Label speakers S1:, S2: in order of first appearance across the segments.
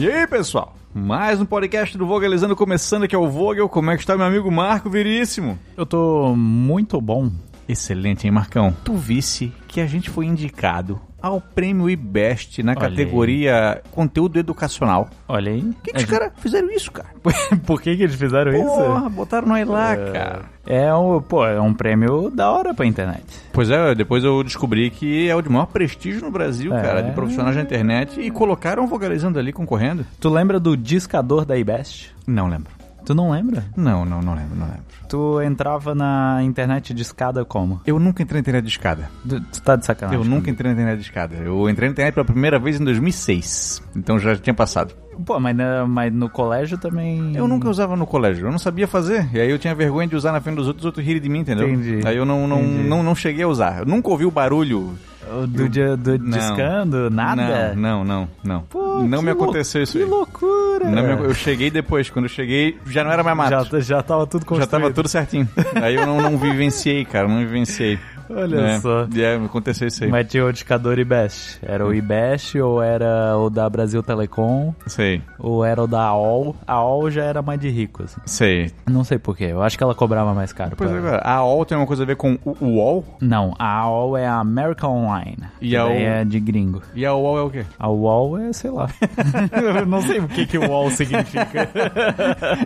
S1: E aí, pessoal? Mais um podcast do Vogelizando começando aqui é o Vogel. Como é que está meu amigo Marco Veríssimo?
S2: Eu tô muito bom. Excelente, hein, Marcão? Tu visse que a gente foi indicado ao prêmio IBEST na
S1: Olha aí.
S2: categoria conteúdo educacional.
S1: Olha aí. É,
S2: Por que, que os caras fizeram isso, cara?
S1: Por que, que eles fizeram
S2: é. Porra, botaram nós lá, cara.
S1: É um, pô, é um prêmio da hora pra internet.
S2: Pois é, depois eu descobri que é o de maior prestígio no Brasil,
S1: É.
S2: cara, de profissionais da internet e colocaram o vocalizando ali concorrendo.
S1: Tu lembra do discador da IBEST?
S2: Não lembro.
S1: Tu não lembra?
S2: Não, não, não lembro, não lembro.
S1: Tu entrava na internet de escada como?
S2: Eu nunca entrei na internet de escada.
S1: Tu, tu tá de sacanagem.
S2: Eu nunca entrei na internet de escada. Eu entrei na internet pela primeira vez em 2006. Então já tinha passado.
S1: Pô, mas, na- mas no colégio também.
S2: Eu nunca usava no colégio, eu não sabia fazer. E aí eu tinha vergonha de usar na frente dos outros, os outros rirem de mim, entendeu?
S1: Entendi.
S2: Aí eu não, não,
S1: Entendi.
S2: não, não cheguei a usar. Eu nunca ouvi o barulho.
S1: Do, do, do
S2: Não.
S1: discando, nada?
S2: Não, não, não. não.
S1: Pô,
S2: não
S1: que
S2: me aconteceu
S1: lou-
S2: isso
S1: Que
S2: aí.
S1: loucura!
S2: Não me ac- Eu cheguei depois. Quando eu cheguei, já não era mais mato.
S1: já, tá já tava tudo
S2: Já
S1: construído.
S2: tava tudo certinho. Aí eu não, não vivenciei, cara. Não vivenciei.
S1: Olha
S2: É,
S1: só.
S2: E aí aconteceu isso aí.
S1: Mas tinha o indicador IBEST. Era
S2: Hum.
S1: o IBEST ou era o da Brasil Telecom
S2: Sei,
S1: ou era o da AOL. A AOL já era mais de rico, assim.
S2: sei.
S1: Não sei porquê. Eu acho que ela cobrava mais caro.
S2: Pois
S1: pra-
S2: é, cara. A AOL tem uma coisa a ver com o UOL?
S1: Não, a AOL é a American Online.
S2: E
S1: que
S2: a
S1: daí
S2: AOL?
S1: é de gringo.
S2: E a UOL é o quê?
S1: A UOL é, sei lá. Eu não sei o que, que o UOL significa.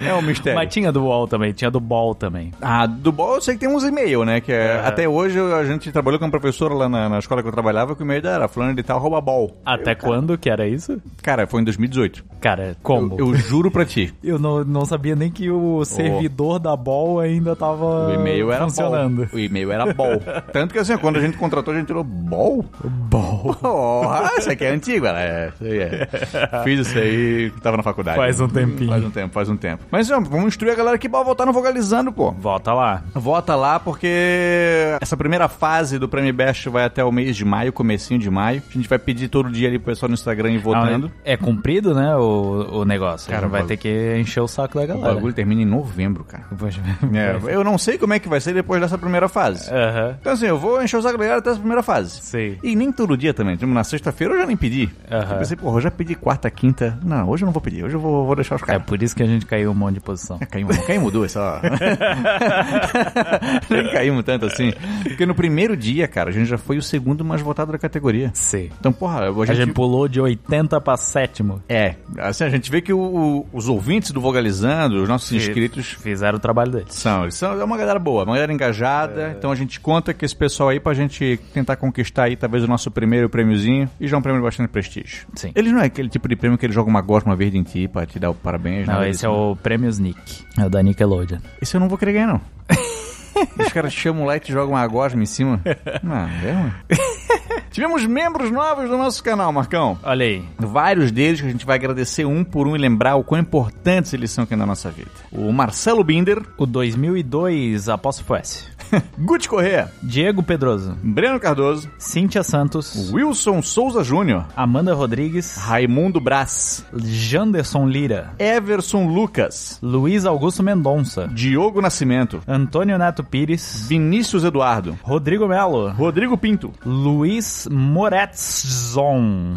S2: É um mistério.
S1: Mas tinha do UOL também, tinha do BOL também.
S2: Ah, do bom eu sei que tem uns e-mail, né? Que é-
S1: É.
S2: Até hoje eu- a gente trabalhou com uma professora lá na, na escola que eu trabalhava que o e-mail dela era fulano de tal rouba bol.
S1: Até quando que era isso?
S2: Cara, foi em 2018.
S1: Cara, como?
S2: Eu juro pra ti.
S1: Eu não, não sabia nem que o servidor da BOL ainda tava
S2: O e-mail era
S1: funcionando.
S2: bol. O e-mail era bol. Tanto que assim, quando a gente contratou, a gente tirou bol?
S1: BOL.
S2: Porra, isso aqui é antigo, ela é. isso aí é. Fiz isso aí, tava na faculdade.
S1: Faz um tempinho.
S2: Faz um tempo, faz um tempo. Mas ó, vamos instruir a galera que bora voltar no Vogalizando, pô.
S1: um- Volta lá.
S2: Vota lá porque essa primeira fase do Prêmio Best vai até o mês de maio, comecinho de maio. A gente vai pedir todo dia ali pro pessoal no Instagram ir votando.
S1: Ah, É comprido, né, o, o negócio.
S2: Cara,
S1: Cara, vai
S2: o
S1: ter que encher o saco da
S2: o
S1: galera.
S2: bagulho termina em novembro, cara.
S1: Poxa.
S2: É, eu não sei como é que vai ser depois dessa primeira fase.
S1: Aham.
S2: Então assim, eu vou encher o saco da galera até essa primeira fase.
S1: Sei.
S2: E nem todo dia também. Tipo, na sexta-feira eu já nem pedi.
S1: Aham.
S2: Eu pensei, porra, eu já pedi quarta, quinta. Não, hoje eu não vou pedir. Hoje eu vou, vou deixar os
S1: É
S2: caras.
S1: por isso que a gente caiu um monte de posição.
S2: Caímos, não caímos duas só. Nem caímos tanto assim. Porque no primeiro dia, cara, a gente já foi o segundo mais votado da categoria.
S1: Sim.
S2: Então, porra, a
S1: A
S2: gente...
S1: gente pulou de 80 pra sétimo.
S2: É, assim, a gente vê que o- o- os ouvintes do Vogalizando, os nossos inscritos,
S1: Fizeram o trabalho deles.
S2: são, eles são é uma galera boa, uma galera
S1: É.
S2: engajada. Então a gente conta com esse pessoal aí pra gente tentar conquistar aí talvez o nosso primeiro prêmiozinho e já é um prêmio de bastante prestígio.
S1: Sim.
S2: Ele não é aquele tipo de prêmio que ele joga uma gosma verde em ti pra te dar o parabéns.
S1: Não,
S2: nada
S1: esse
S2: disso,
S1: é
S2: né?
S1: o Prêmios Nick. É o da Nickelodeon.
S2: Esse eu não vou querer ganhar, não. Os caras te chamam lá e te jogam uma gosma em cima. Não, é, mano. Tivemos membros novos do nosso canal, Marcão.
S1: Olha aí.
S2: Vários deles que a gente vai agradecer um por um e lembrar o quão importantes eles são aqui na nossa vida. O Marcelo Binder,
S1: O 2002 Apóstolo S.
S2: Guti Corrêa,
S1: Diego Pedroso.
S2: Breno Cardoso,
S1: Cíntia Santos.
S2: Wilson Souza Júnior,
S1: Amanda Rodrigues.
S2: Raimundo Brás,
S1: Janderson Lira.
S2: Everson Lucas,
S1: Luiz Augusto Mendonça.
S2: Diogo Nascimento,
S1: Antônio Neto Pires.
S2: Vinícius Eduardo,
S1: Rodrigo Melo.
S2: Rodrigo Pinto,
S1: Luiz Moretzon.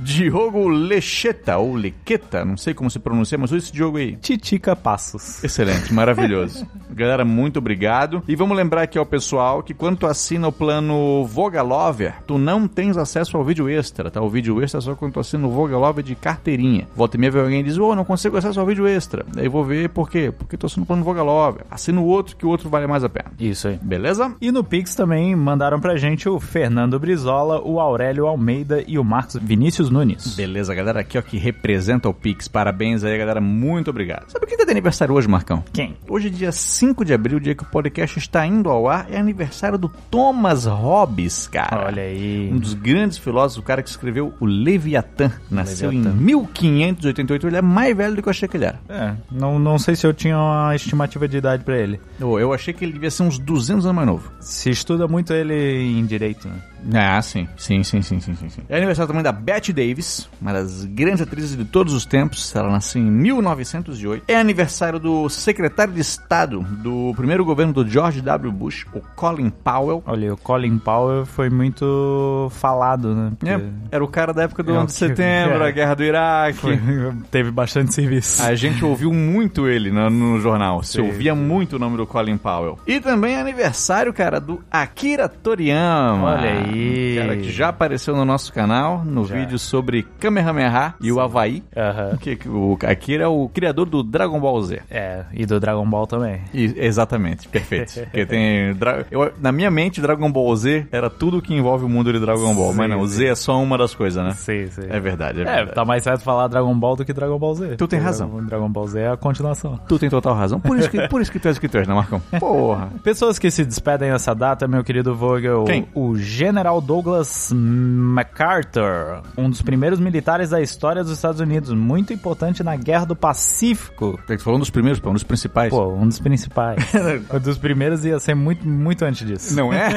S2: Diogo Lecheta ou Lequeta, não sei como se pronuncia, mas olha esse Diogo aí.
S1: Titica Passos.
S2: Excelente, maravilhoso. Galera, muito obrigado. E vamos lembrar aqui ao pessoal que quando tu assina o plano Vogalover, tu não tens acesso ao vídeo extra, tá? O vídeo extra é só quando tu assina o Vogalover de carteirinha. Volta e meia vem alguém e diz, ô, não consigo acesso ao vídeo extra. Daí eu vou ver por quê. Porque tu assina o plano Vogalover. Assina o outro, que o outro vale mais a pena.
S1: Isso aí.
S2: Beleza?
S1: E no Pix também mandaram pra gente o Fernando Brizola, o Aurélio Almeida e o Marcos Vinícius Nunes.
S2: Beleza, galera. Aqui, ó, que representa o Pix. Parabéns aí, galera. Muito obrigado. Sabe quem tá de aniversário hoje, Marcão?
S1: Quem?
S2: Hoje, dia 5 de abril, dia que o podcast está indo ao ar, é aniversário do Thomas Hobbes, cara.
S1: Olha aí.
S2: Um dos grandes filósofos, o cara que escreveu o Leviatã. Nasceu
S1: Leviatã.
S2: em 1588, ele é mais velho do que eu achei que ele era.
S1: É, não, não sei se eu tinha uma estimativa de idade pra ele.
S2: Eu, eu achei que ele devia ser uns 200 anos mais novo.
S1: Se estuda muito ele em direito, né?
S2: Ah, sim. Sim, sim, sim, sim, sim, sim. É aniversário também da Betty Davis, uma das grandes atrizes de todos os tempos. Ela nasceu em 1908. É aniversário do secretário de Estado do primeiro governo do George W. Bush, o Colin Powell.
S1: Olha, o Colin Powell foi muito falado, né? Porque
S2: É, era o cara da época do
S1: É,
S2: 11
S1: o
S2: de
S1: que-
S2: setembro,
S1: é.
S2: a guerra do Iraque.
S1: Teve bastante serviço.
S2: A gente ouviu muito ele no, no jornal. Se
S1: Sim,
S2: ouvia muito o nome do Colin Powell. E também é aniversário, cara, do Akira Toriyama.
S1: Olha
S2: Um
S1: aí.
S2: Cara que já apareceu no nosso canal, no
S1: Já.
S2: vídeo sobre Kamehameha e o Havaí.
S1: Aham.
S2: Que, que o Akira é o criador do Dragon Ball Z.
S1: É, e do Dragon Ball também.
S2: E- exatamente, perfeito. Porque tem. dra- eu- na minha mente, Dragon Ball Z era tudo que envolve o mundo de Dragon Ball. mas
S1: Sim,
S2: não, o
S1: sim.
S2: Z é só uma das coisas, né?
S1: Sim, sim.
S2: É verdade, é
S1: É,
S2: verdade.
S1: tá mais certo falar Dragon Ball do que Dragon Ball Z.
S2: Tu tem
S1: Porque
S2: razão.
S1: Dragon Ball Z é a continuação.
S2: Tu tem total razão. Por isso, que, por isso que tu és o que tu és, né, Marcão? Porra.
S1: Pessoas que se despedem nessa data, meu querido Vogel.
S2: Quem?
S1: O General Douglas MacArthur, um dos primeiros militares da história dos Estados Unidos, muito importante na Guerra do Pacífico.
S2: Tem que falar um dos primeiros, pô, um dos principais.
S1: Pô, um dos principais. um dos primeiros ia ser muito, muito antes disso.
S2: Não é?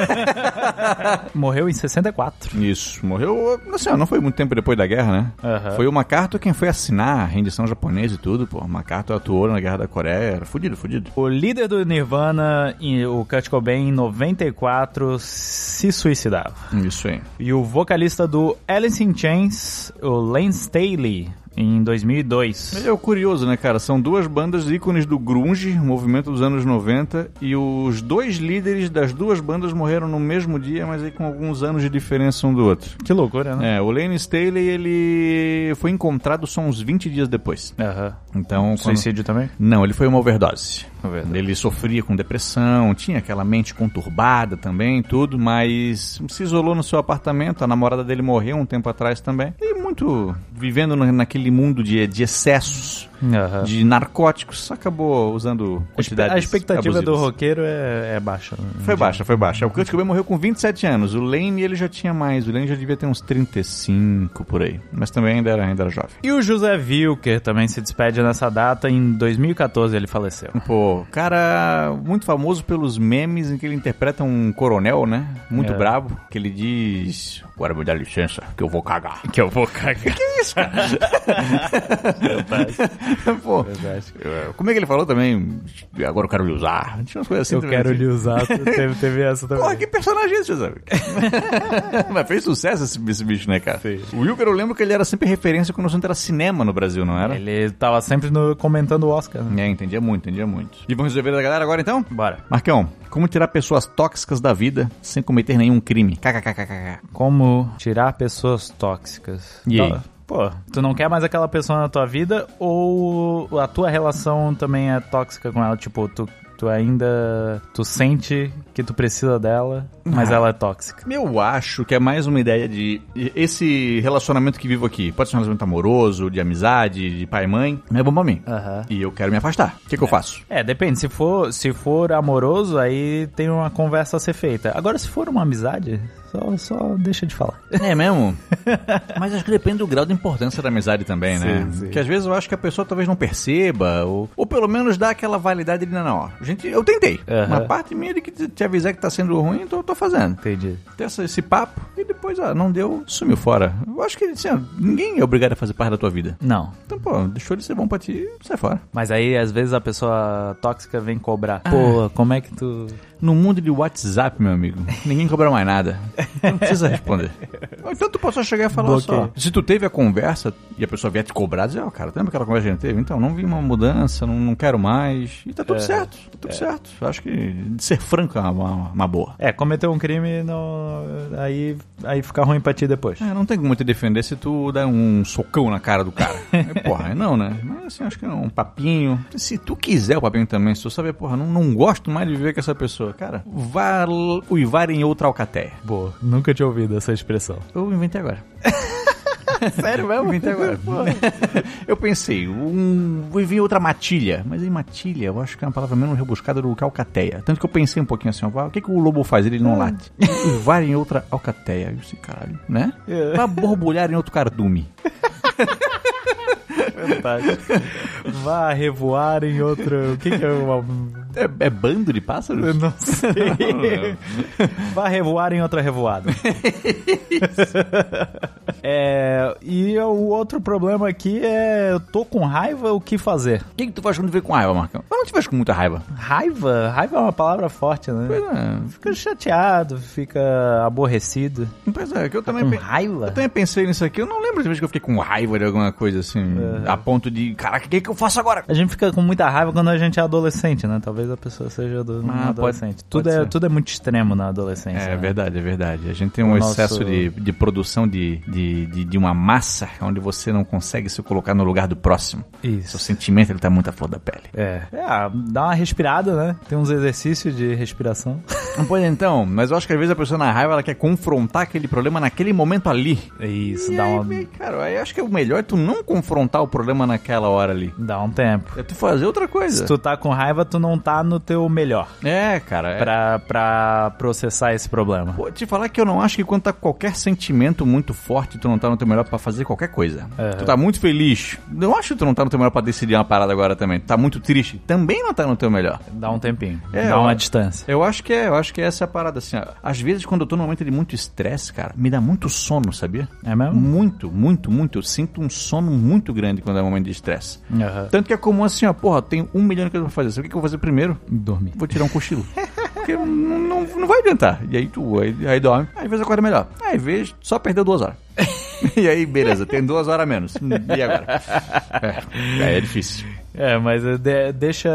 S1: Morreu em 64.
S2: Isso, morreu. Assim, ó, não foi muito tempo depois da guerra, né?
S1: Aham.
S2: Foi o MacArthur quem foi assinar a rendição japonesa e tudo, pô. O MacArthur atuou na Guerra da Coreia, era fudido, fudido.
S1: O líder do Nirvana, e o Kurt Cobain, em 94, se suicidava.
S2: Isso aí.
S1: E o vocalista do Alice in Chains, o Lance Staley, em 2002.
S2: Mas é o curioso, né, cara? São duas bandas ícones do grunge, movimento dos anos 90, e os dois líderes das duas bandas morreram no mesmo dia, mas aí com alguns anos de diferença um do outro.
S1: Que loucura, né?
S2: É, o Lane Staley, ele foi encontrado só uns 20 dias depois.
S1: Aham.
S2: Então, quando...
S1: Suicídio também?
S2: Não, ele foi uma overdose. Ele sofria com depressão, tinha aquela mente conturbada também, tudo, mas se isolou no seu apartamento. A namorada dele morreu um tempo atrás também. E muito vivendo na- naquele mundo de, de excessos,
S1: Aham.
S2: de narcóticos, acabou usando quantidades.
S1: A expectativa do
S2: abusivas.
S1: roqueiro é, é baixa.
S2: Foi baixa, foi baixa. O Kurt Cobain morreu com 27 anos. O Lane, ele já tinha mais. O Lane já devia ter uns 35 por aí. Mas também ainda era, ainda era jovem.
S1: E o José Wilker também se despede nessa data. Em 2014 ele faleceu.
S2: Pô, cara muito famoso pelos memes em que ele interpreta um coronel, né? Muito
S1: É.
S2: brabo. Que ele diz: Agora me dá licença, que eu vou cagar.
S1: Que eu vou cagar. Que isso, cara?
S2: Pô, é, como é que ele falou também? Agora eu quero lhe usar. Tinha umas coisas assim
S1: Eu
S2: também,
S1: quero
S2: assim.
S1: lhe usar. Teve, teve essa também.
S2: Porra, que personagem é esse, sabe? Mas fez sucesso esse, esse bicho, né, cara?
S1: Fez.
S2: O Wilker, eu lembro que ele era sempre referência quando o assunto era cinema no Brasil, não era?
S1: Ele tava sempre no- comentando o Oscar. né?
S2: É, entendia muito, entendia muito. E vamos resolver a galera agora, então?
S1: Bora.
S2: Marcão, como tirar pessoas tóxicas da vida sem cometer nenhum crime? KKKKK.
S1: Como tirar pessoas tóxicas.
S2: E aí?
S1: Pô, tu não quer mais aquela pessoa na tua vida ou a tua relação também é tóxica com ela? Tipo, tu, tu ainda. Tu sente que tu precisa dela, mas
S2: Ah.
S1: ela é tóxica.
S2: Eu acho que é mais uma ideia de esse relacionamento que vivo aqui. Pode ser um relacionamento amoroso, de amizade, de pai e mãe. Não é bom pra mim.
S1: Aham.
S2: E eu quero me afastar. O que, que eu faço?
S1: É, depende. Se for, se for amoroso, aí tem uma conversa a ser feita. Agora, se for uma amizade, só, só deixa de falar.
S2: É mesmo? Mas acho que depende do grau de importância da amizade também, né?
S1: Sim, sim.
S2: Que às vezes eu acho que a pessoa talvez não perceba, ou, ou pelo menos dá aquela validade de, não, não, ó, gente, eu tentei.
S1: Aham.
S2: Uma parte minha é de que te te avisar que tá sendo ruim, então eu tô fazendo.
S1: Entendi.
S2: Tem essa- esse papo, e depois, ó, não deu, sumiu fora. Eu acho que, assim, ó, ninguém é obrigado a fazer parte da tua vida.
S1: Não.
S2: Então, pô, deixou de ser bom pra ti, sai fora.
S1: Mas aí, às vezes, a pessoa tóxica vem cobrar. Pô, como é que tu.
S2: No mundo de WhatsApp, meu amigo, ninguém cobra mais nada. Não precisa responder. Ou Então tu pode só chegar e falar
S1: Bloqueio.
S2: só. Se tu teve a conversa e a pessoa vier te cobrar, dizer, ó, cara, lembra aquela conversa que a gente teve? Então, não vi uma mudança, não, não quero mais. E tá tudo certo, tá tudo certo. Eu Acho que ser franco é uma, uma- uma boa.
S1: É, cometeu um crime, não... aí, aí fica ruim pra ti depois.
S2: É, não tem como te defender se tu der um socão na cara do cara. É, porra, é não, né? Mas assim, acho que é um papinho. Se tu quiser o papinho também, se tu saber, porra, não, não gosto mais de viver com essa pessoa. Cara, vá l- uivar em outra alcatéia.
S1: Boa, nunca tinha ouvido essa expressão.
S2: Eu inventei agora. Sério mesmo? Inventei agora. eu pensei, um, vou vir outra matilha. Mas aí matilha, eu acho que é uma palavra menos rebuscada do que alcateia. Tanto que eu pensei um pouquinho assim, ó, o que, que o lobo faz? Ele não late. E vai em outra alcateia. Eu disse, caralho, né?
S1: É.
S2: Pra borbulhar em outro cardume.
S1: Fantástico. Vá revoar em outro. O que, que é uma
S2: É, é bando de pássaros?
S1: Eu não sei. Vá revoar em outra revoada. É, e o outro problema aqui é eu tô com raiva, o que fazer?
S2: O que, que tu faz quando vem com raiva, Marcão? Eu não te vejo com muita raiva.
S1: Raiva? Raiva é uma palavra forte, né?
S2: É,
S1: Fica chateado, fica aborrecido.
S2: pois é, que eu também.
S1: Com
S2: pe-
S1: raiva?
S2: Eu também pensei nisso aqui. Eu não lembro de vez que eu fiquei com raiva de alguma coisa assim.
S1: É.
S2: A ponto de, caraca, o que, que eu faço agora?
S1: A gente fica com muita raiva quando a gente é adolescente, né? Talvez a pessoa seja do, um
S2: Ah, pode-
S1: adolescente.
S2: pode
S1: tudo, é,
S2: ser.
S1: tudo é muito extremo na adolescência.
S2: É
S1: né?
S2: verdade, é verdade. A gente tem um
S1: O nosso-
S2: excesso de, de produção de, de, de, de uma massa onde você não consegue se colocar no lugar do próximo. Seu
S1: Isso.
S2: sentimento ele tá muito à flor da pele.
S1: É. é, ah, dá uma respirada, né? Tem uns exercícios de respiração.
S2: Pois então, mas eu acho que às vezes a pessoa na raiva ela quer confrontar aquele problema naquele momento ali.
S1: Isso,
S2: E
S1: dá,
S2: aí,
S1: um,
S2: cara, aí eu acho que o melhor é tu não confrontar o problema naquela hora ali.
S1: dá um tempo.
S2: É tu fazer outra
S1: Se
S2: coisa.
S1: tu tá com raiva, tu não tá no teu melhor
S2: É, cara. é-
S1: pra, pra processar esse problema.
S2: Vou te falar que eu não acho que quando tá com qualquer sentimento muito forte, tu não tá no teu melhor pra fazer qualquer coisa. Tu tá muito feliz. Não acho que tu não tá no teu melhor pra decidir uma parada agora também. Tu tá muito triste. Também não tá no teu melhor.
S1: Dá um tempinho.
S2: É,
S1: dá uma
S2: ó.
S1: distância.
S2: Eu acho que é, eu acho que essa é a parada, assim, ó. Às vezes, quando eu tô num momento de muito estresse, cara, me dá muito sono, sabia?
S1: É mesmo?
S2: Muito, muito, muito. Eu sinto um sono muito grande quando é um momento de estresse.
S1: Aham.
S2: Tanto que é comum assim, ó, porra, tem um milhão de coisas pra fazer. Sabe o que que eu vou fazer primeiro?
S1: Dormir.
S2: vou tirar um cochilo. Porque não, não, não vai adiantar. E aí tu, aí, aí dorme. Aí, Às vezes acorda melhor. Aí às vezes só perdeu duas horas. e aí, beleza, tem duas horas a menos. E agora? É, aí é difícil.
S1: É, mas é, de- deixa,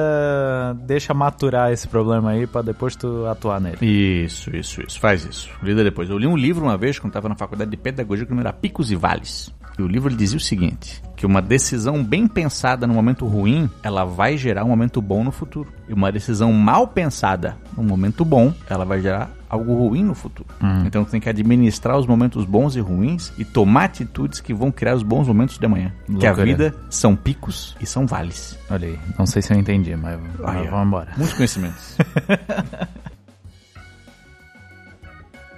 S1: deixa maturar esse problema aí pra depois tu atuar nele.
S2: Isso, isso, isso. Faz isso. Lida depois. Eu li um livro uma vez, quando estava na faculdade de pedagogia, que o nome era Picos e Vales. E o livro ele dizia o seguinte, que uma decisão bem pensada no momento ruim, ela vai gerar um momento bom no futuro. E uma decisão mal pensada no momento bom, ela vai gerar algo ruim no futuro. Então tu tem que administrar os momentos bons e ruins e tomar atitudes que vão criar os bons momentos de amanhã. Que a
S1: Loucura.
S2: vida são picos e são vales.
S1: Olha aí. Não sei se eu entendi, mas,
S2: Aí,
S1: mas
S2: ó.
S1: vamos embora.
S2: Muitos conhecimentos.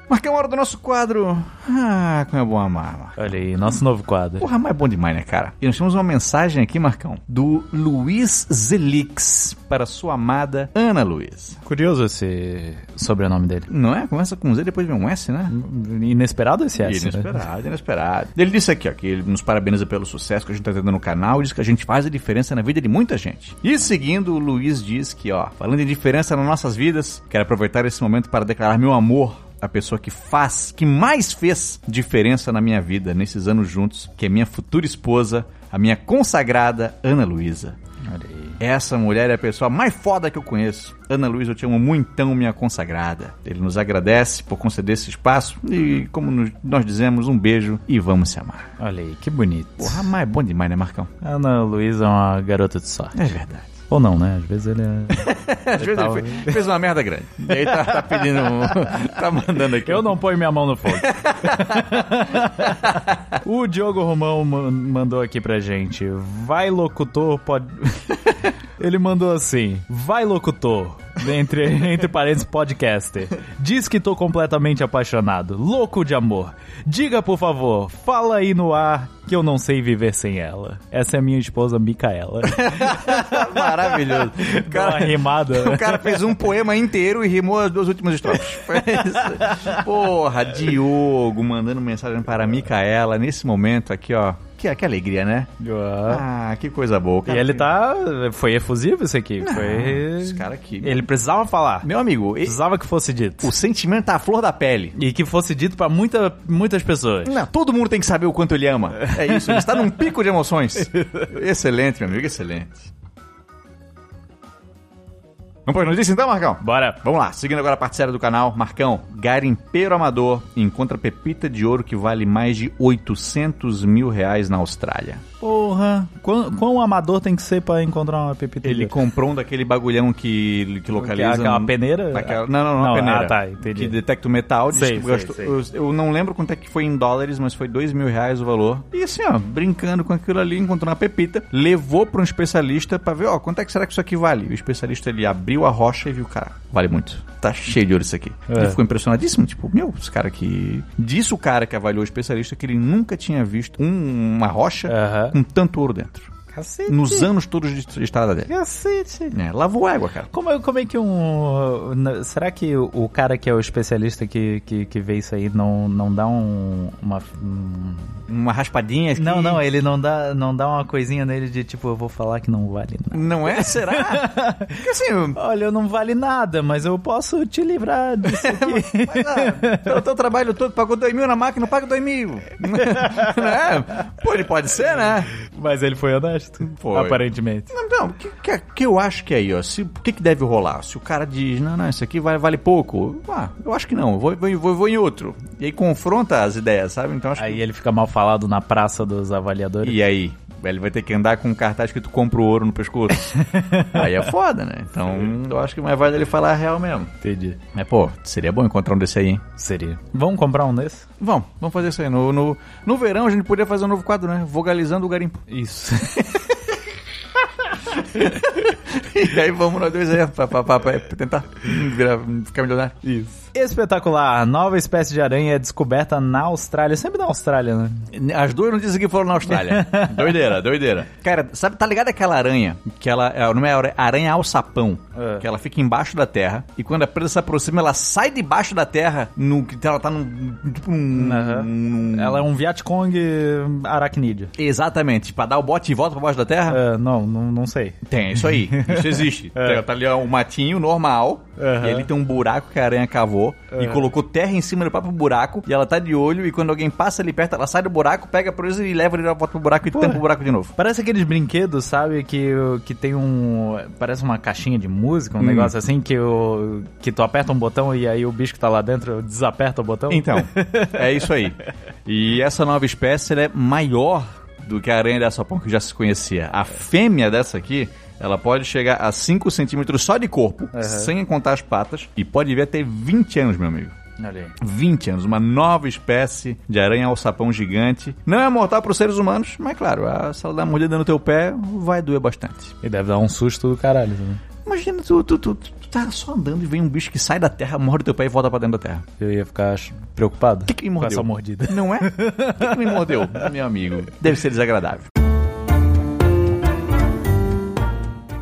S2: Marcamos a hora do nosso quadro. Ah, como é bom amar, Marcão.
S1: Olha aí, nosso novo quadro.
S2: Porra, mas é bom demais, né, cara? E nós temos uma mensagem aqui, Marcão, do Luiz Zelix para sua amada Ana Luiz.
S1: Curioso esse sobrenome dele.
S2: Não é? Começa com Z, depois vem um S, né?
S1: Inesperado esse S, né?
S2: Inesperado, inesperado. Ele disse aqui, ó, que ele nos parabeniza pelo sucesso que a gente tá tendo no canal e diz que a gente faz a diferença na vida de muita gente. E seguindo, o Luiz diz que, ó, falando em diferença nas nossas vidas, quero aproveitar esse momento para declarar meu amor à pessoa que faz, que mais fez diferença na minha vida nesses anos juntos, que é minha futura esposa, a minha consagrada Ana Luísa.
S1: Olha aí.
S2: Essa mulher é a pessoa mais foda que eu conheço. Ana Luísa, eu te amo muitão, minha consagrada. Ele nos agradece por conceder esse espaço e, como nos- nós dizemos, um beijo e vamos se amar.
S1: Olha aí, que bonito.
S2: Porra, mas é bom demais, né, Marcão?
S1: Ana Luísa é uma garota de sorte.
S2: É verdade.
S1: Ou não, né? Às vezes ele é...
S2: Às vezes ele fe- fez, uma merda grande. E aí tá, tá pedindo. um- tá mandando aqui.
S1: Eu não ponho minha mão no fogo. o Diogo Romão ma- mandou aqui pra gente. Vai, locutor, pode. Ele mandou assim: Vai, locutor. Entre, entre parênteses, podcaster. Diz que tô completamente apaixonado. Louco de amor. Diga, por favor, fala aí no ar que eu não sei viver sem ela. Essa é minha esposa, Micaela.
S2: Maravilhoso. O
S1: Deu uma
S2: cara,
S1: rimada. né?
S2: o cara fez um poema inteiro e rimou as duas últimas estrofes. Foi isso. Porra, Diogo mandando mensagem para a Micaela nesse momento aqui, ó. Que, que alegria, né?
S1: Ué.
S2: Ah, que coisa boa.
S1: E
S2: cara. um
S1: ele tá. Foi efusivo isso aqui. Foi.
S2: Esse cara é aqui.
S1: Ele precisava falar.
S2: Meu amigo, e-
S1: Precisava que fosse dito.
S2: o sentimento tá à flor da pele.
S1: E que fosse dito pra muita, muitas pessoas.
S2: Não, todo mundo tem que saber o quanto ele ama. É isso, ele está num pico de emoções. excelente, meu amigo, excelente. Vamos para as notícias então, Marcão?
S1: Bora.
S2: Vamos lá, seguindo agora a parte séria do canal, Marcão, garimpeiro amador encontra pepita de ouro que vale mais de 800 mil reais na Austrália.
S1: Porra. Quão, quão amador tem que ser pra encontrar uma pepita?
S2: Ele
S1: de-
S2: comprou um daquele bagulhão que, que localiza.
S1: Que é aquela
S2: no-
S1: peneira?
S2: Aquela- não, não, não,
S1: Não,
S2: a peneira.
S1: ah, tá, entendi.
S2: Que detecta o metal. diz
S1: Sei,
S2: que
S1: sei,
S2: gastou-
S1: sei.
S2: Eu, eu não lembro quanto é que foi em dólares, mas foi dois mil reais o valor. E assim, ó, brincando com aquilo ali, encontrou uma pepita, levou pra um especialista pra ver, ó, quanto é que será que isso aqui vale? O especialista ele abriu a rocha e viu, cara, vale muito. Tá cheio de ouro isso aqui.
S1: É.
S2: Ele ficou impressionadíssimo, tipo, meu, esse cara que. Disse o cara que avaliou o especialista que ele nunca tinha visto um- uma rocha
S1: Aham.
S2: com tanto ouro dentro.
S1: Cacete.
S2: Nos anos todos de estrada dele.
S1: Cacete.
S2: É, lavou água, cara.
S1: Como, é- como é que um. na- Será que o- o cara que é o especialista que, que, que vê isso aí não, não dá um. Uma, um-
S2: Uma raspadinha aqui.
S1: Não, é- não, ele não dá, não dá uma coisinha nele de tipo, eu vou falar que não vale nada.
S2: Não é? Será? Porque assim,
S1: Olha, não vale nada, mas eu posso te livrar disso aqui.
S2: Mas, ah, pelo teu trabalho todo, pagou dois mil na máquina, paga dois mil. né? Pô, ele pode ser, né?
S1: mas ele foi honesto.
S2: Foi.
S1: Aparentemente.
S2: Então, o que, que, que eu acho que é aí, ó? Se- O que, que deve rolar? Se o cara diz, não, não, isso aqui vale, vale pouco. Ah, eu acho que não, eu vou, vou, vou, vou em outro. E aí confronta as ideias, sabe? Então acho
S1: Aí
S2: que...
S1: ele fica mal falado na praça dos avaliadores.
S2: E aí? Ele vai ter que andar com um cartaz que tu compra o ouro no pescoço. aí é foda, né? Então, eu acho que mais vale ele falar a real mesmo.
S1: Entendi.
S2: Mas, pô, seria bom encontrar um desse aí, hein?
S1: Seria. Vamos comprar um desse?
S2: Vamos, vamos fazer isso aí. No, no, no verão a gente podia fazer um novo quadro, né? Vogalizando o garimpo.
S1: Isso.
S2: E aí vamos nós dois aí, pra, pra, pra, pra tentar virar, ficar milionário.
S1: Isso. Espetacular. Nova espécie de aranha é descoberta na Austrália. Sempre na Austrália, né?
S2: As duas não dizem que foram na Austrália. doideira, doideira. Cara, sabe, tá ligado aquela aranha? Que ela, é, o nome é ara- aranha alçapão.
S1: É.
S2: Que ela fica embaixo da terra. E quando a presa se aproxima, ela sai debaixo da terra. No, que ela tá num. Tipo um.
S1: Aham.
S2: um-
S1: Ela é um Vietcong aracnídeo.
S2: Exatamente, pra dar o bote e volta pra baixo da terra.
S1: É, não, não, não sei.
S2: Tem, isso aí. Isso existe. Tá- Tá ali ó, um matinho normal.
S1: Aham.
S2: E ele tem um buraco que a aranha cavou. E colocou terra em cima do próprio buraco. E ela tá de olho. E quando alguém passa ali perto, ela sai do buraco, pega a presa e leva ele de volta pro buraco e tampa o buraco de novo.
S1: Parece aqueles brinquedos, sabe? Que, que tem um. Parece uma caixinha de música,
S2: Hum.
S1: um negócio assim, que, o, que tu aperta um botão e aí o bicho que tá lá dentro desaperta o botão.
S2: Então, é isso aí. E essa nova espécie ela é maior do que a aranha dessa pão que já se conhecia. A fêmea dessa aqui. Ela pode chegar a 5 centímetros só de corpo, sem contar as patas, e pode vir até 20 anos, meu amigo.
S1: Olha aí.
S2: 20 anos, uma nova espécie de aranha alçapão gigante. Não é mortal para os seres humanos, mas claro, a sala da mordida no teu pé vai doer bastante.
S1: E deve dar um susto do caralho né? também.
S2: Imagina, tu, tu, tu, tu tá só andando e vem um bicho que sai da terra, morde teu pé e volta pra dentro da terra.
S1: Eu ia ficar acho, preocupado
S2: Que que me
S1: com
S2: mordeu?
S1: essa mordida.
S2: Não é? O que, que me mordeu? Meu amigo, deve ser desagradável.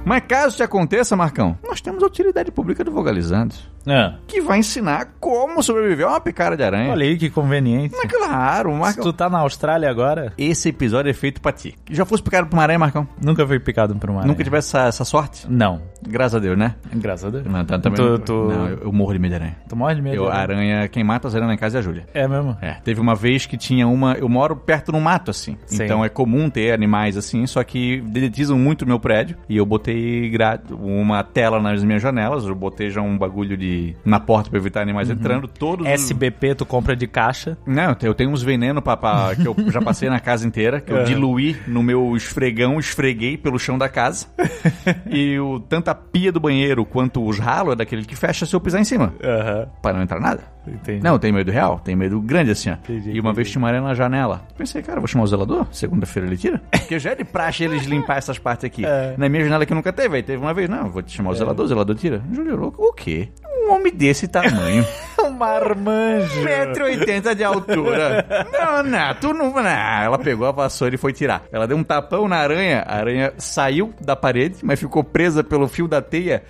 S2: Mas caso te aconteça, Marcão, nós temos a utilidade pública do Vogalizando,
S1: Ah,
S2: que vai ensinar como sobreviver a uma picada de aranha.
S1: olha aí que conveniente.
S2: É. Mas claro, o
S1: Se
S2: Marcão...
S1: tu tá na Austrália agora,
S2: Esse episódio é feito pra ti. Já fosse picado por uma aranha, Marcão?
S1: nunca fui picado por uma aranha.
S2: Nunca tivesse essa, essa sorte?
S1: Não.
S2: Graças a Deus, né?
S1: Graças a Deus.
S2: Não, tá- também
S1: Tu,
S2: não-
S1: tu-
S2: não, eu, eu morro de medo de aranha.
S1: tu morre de medo?
S2: Eu,
S1: né?
S2: a aranha, quem mata as aranhas lá em casa é a Júlia.
S1: É mesmo?
S2: É, teve uma vez que tinha uma. Eu moro perto de um mato, assim.
S1: Sim.
S2: Então é comum ter animais assim, só que dedetizam muito o meu prédio. E eu botei gra- uma tela nas minhas janelas, eu botei já um bagulho de. na porta pra evitar animais entrando. Todos os-
S1: SBP tu compra de caixa.
S2: Não, eu tenho- eu tenho uns venenos pra, pra- que eu já passei na casa inteira, que eu
S1: É.
S2: diluí no meu esfregão, esfreguei pelo chão da casa. e o, tanto a pia do banheiro quanto os ralos é daquele que fecha se eu pisar em cima,
S1: Aham.
S2: pra não entrar nada.
S1: Entendi.
S2: Não, tem medo real, tem medo grande assim, ó.
S1: Entendi,
S2: e uma vez tinha uma aranha na janela. Pensei, cara, vou chamar o zelador, segunda-feira ele tira. Porque já é de praxe eles limpar essas partes aqui.
S1: É.
S2: Na minha janela que nunca teve, aí teve uma vez, não, vou te chamar o zelador, o zelador tira. Júlio, louco, o quê? Um homem desse tamanho.
S1: um marmanjo.
S2: 1,80m de altura. Não, não, tu não. Não. Ela pegou a vassoura e foi tirar. Ela deu um tapão na aranha, a aranha saiu da parede, mas ficou presa pelo fio da teia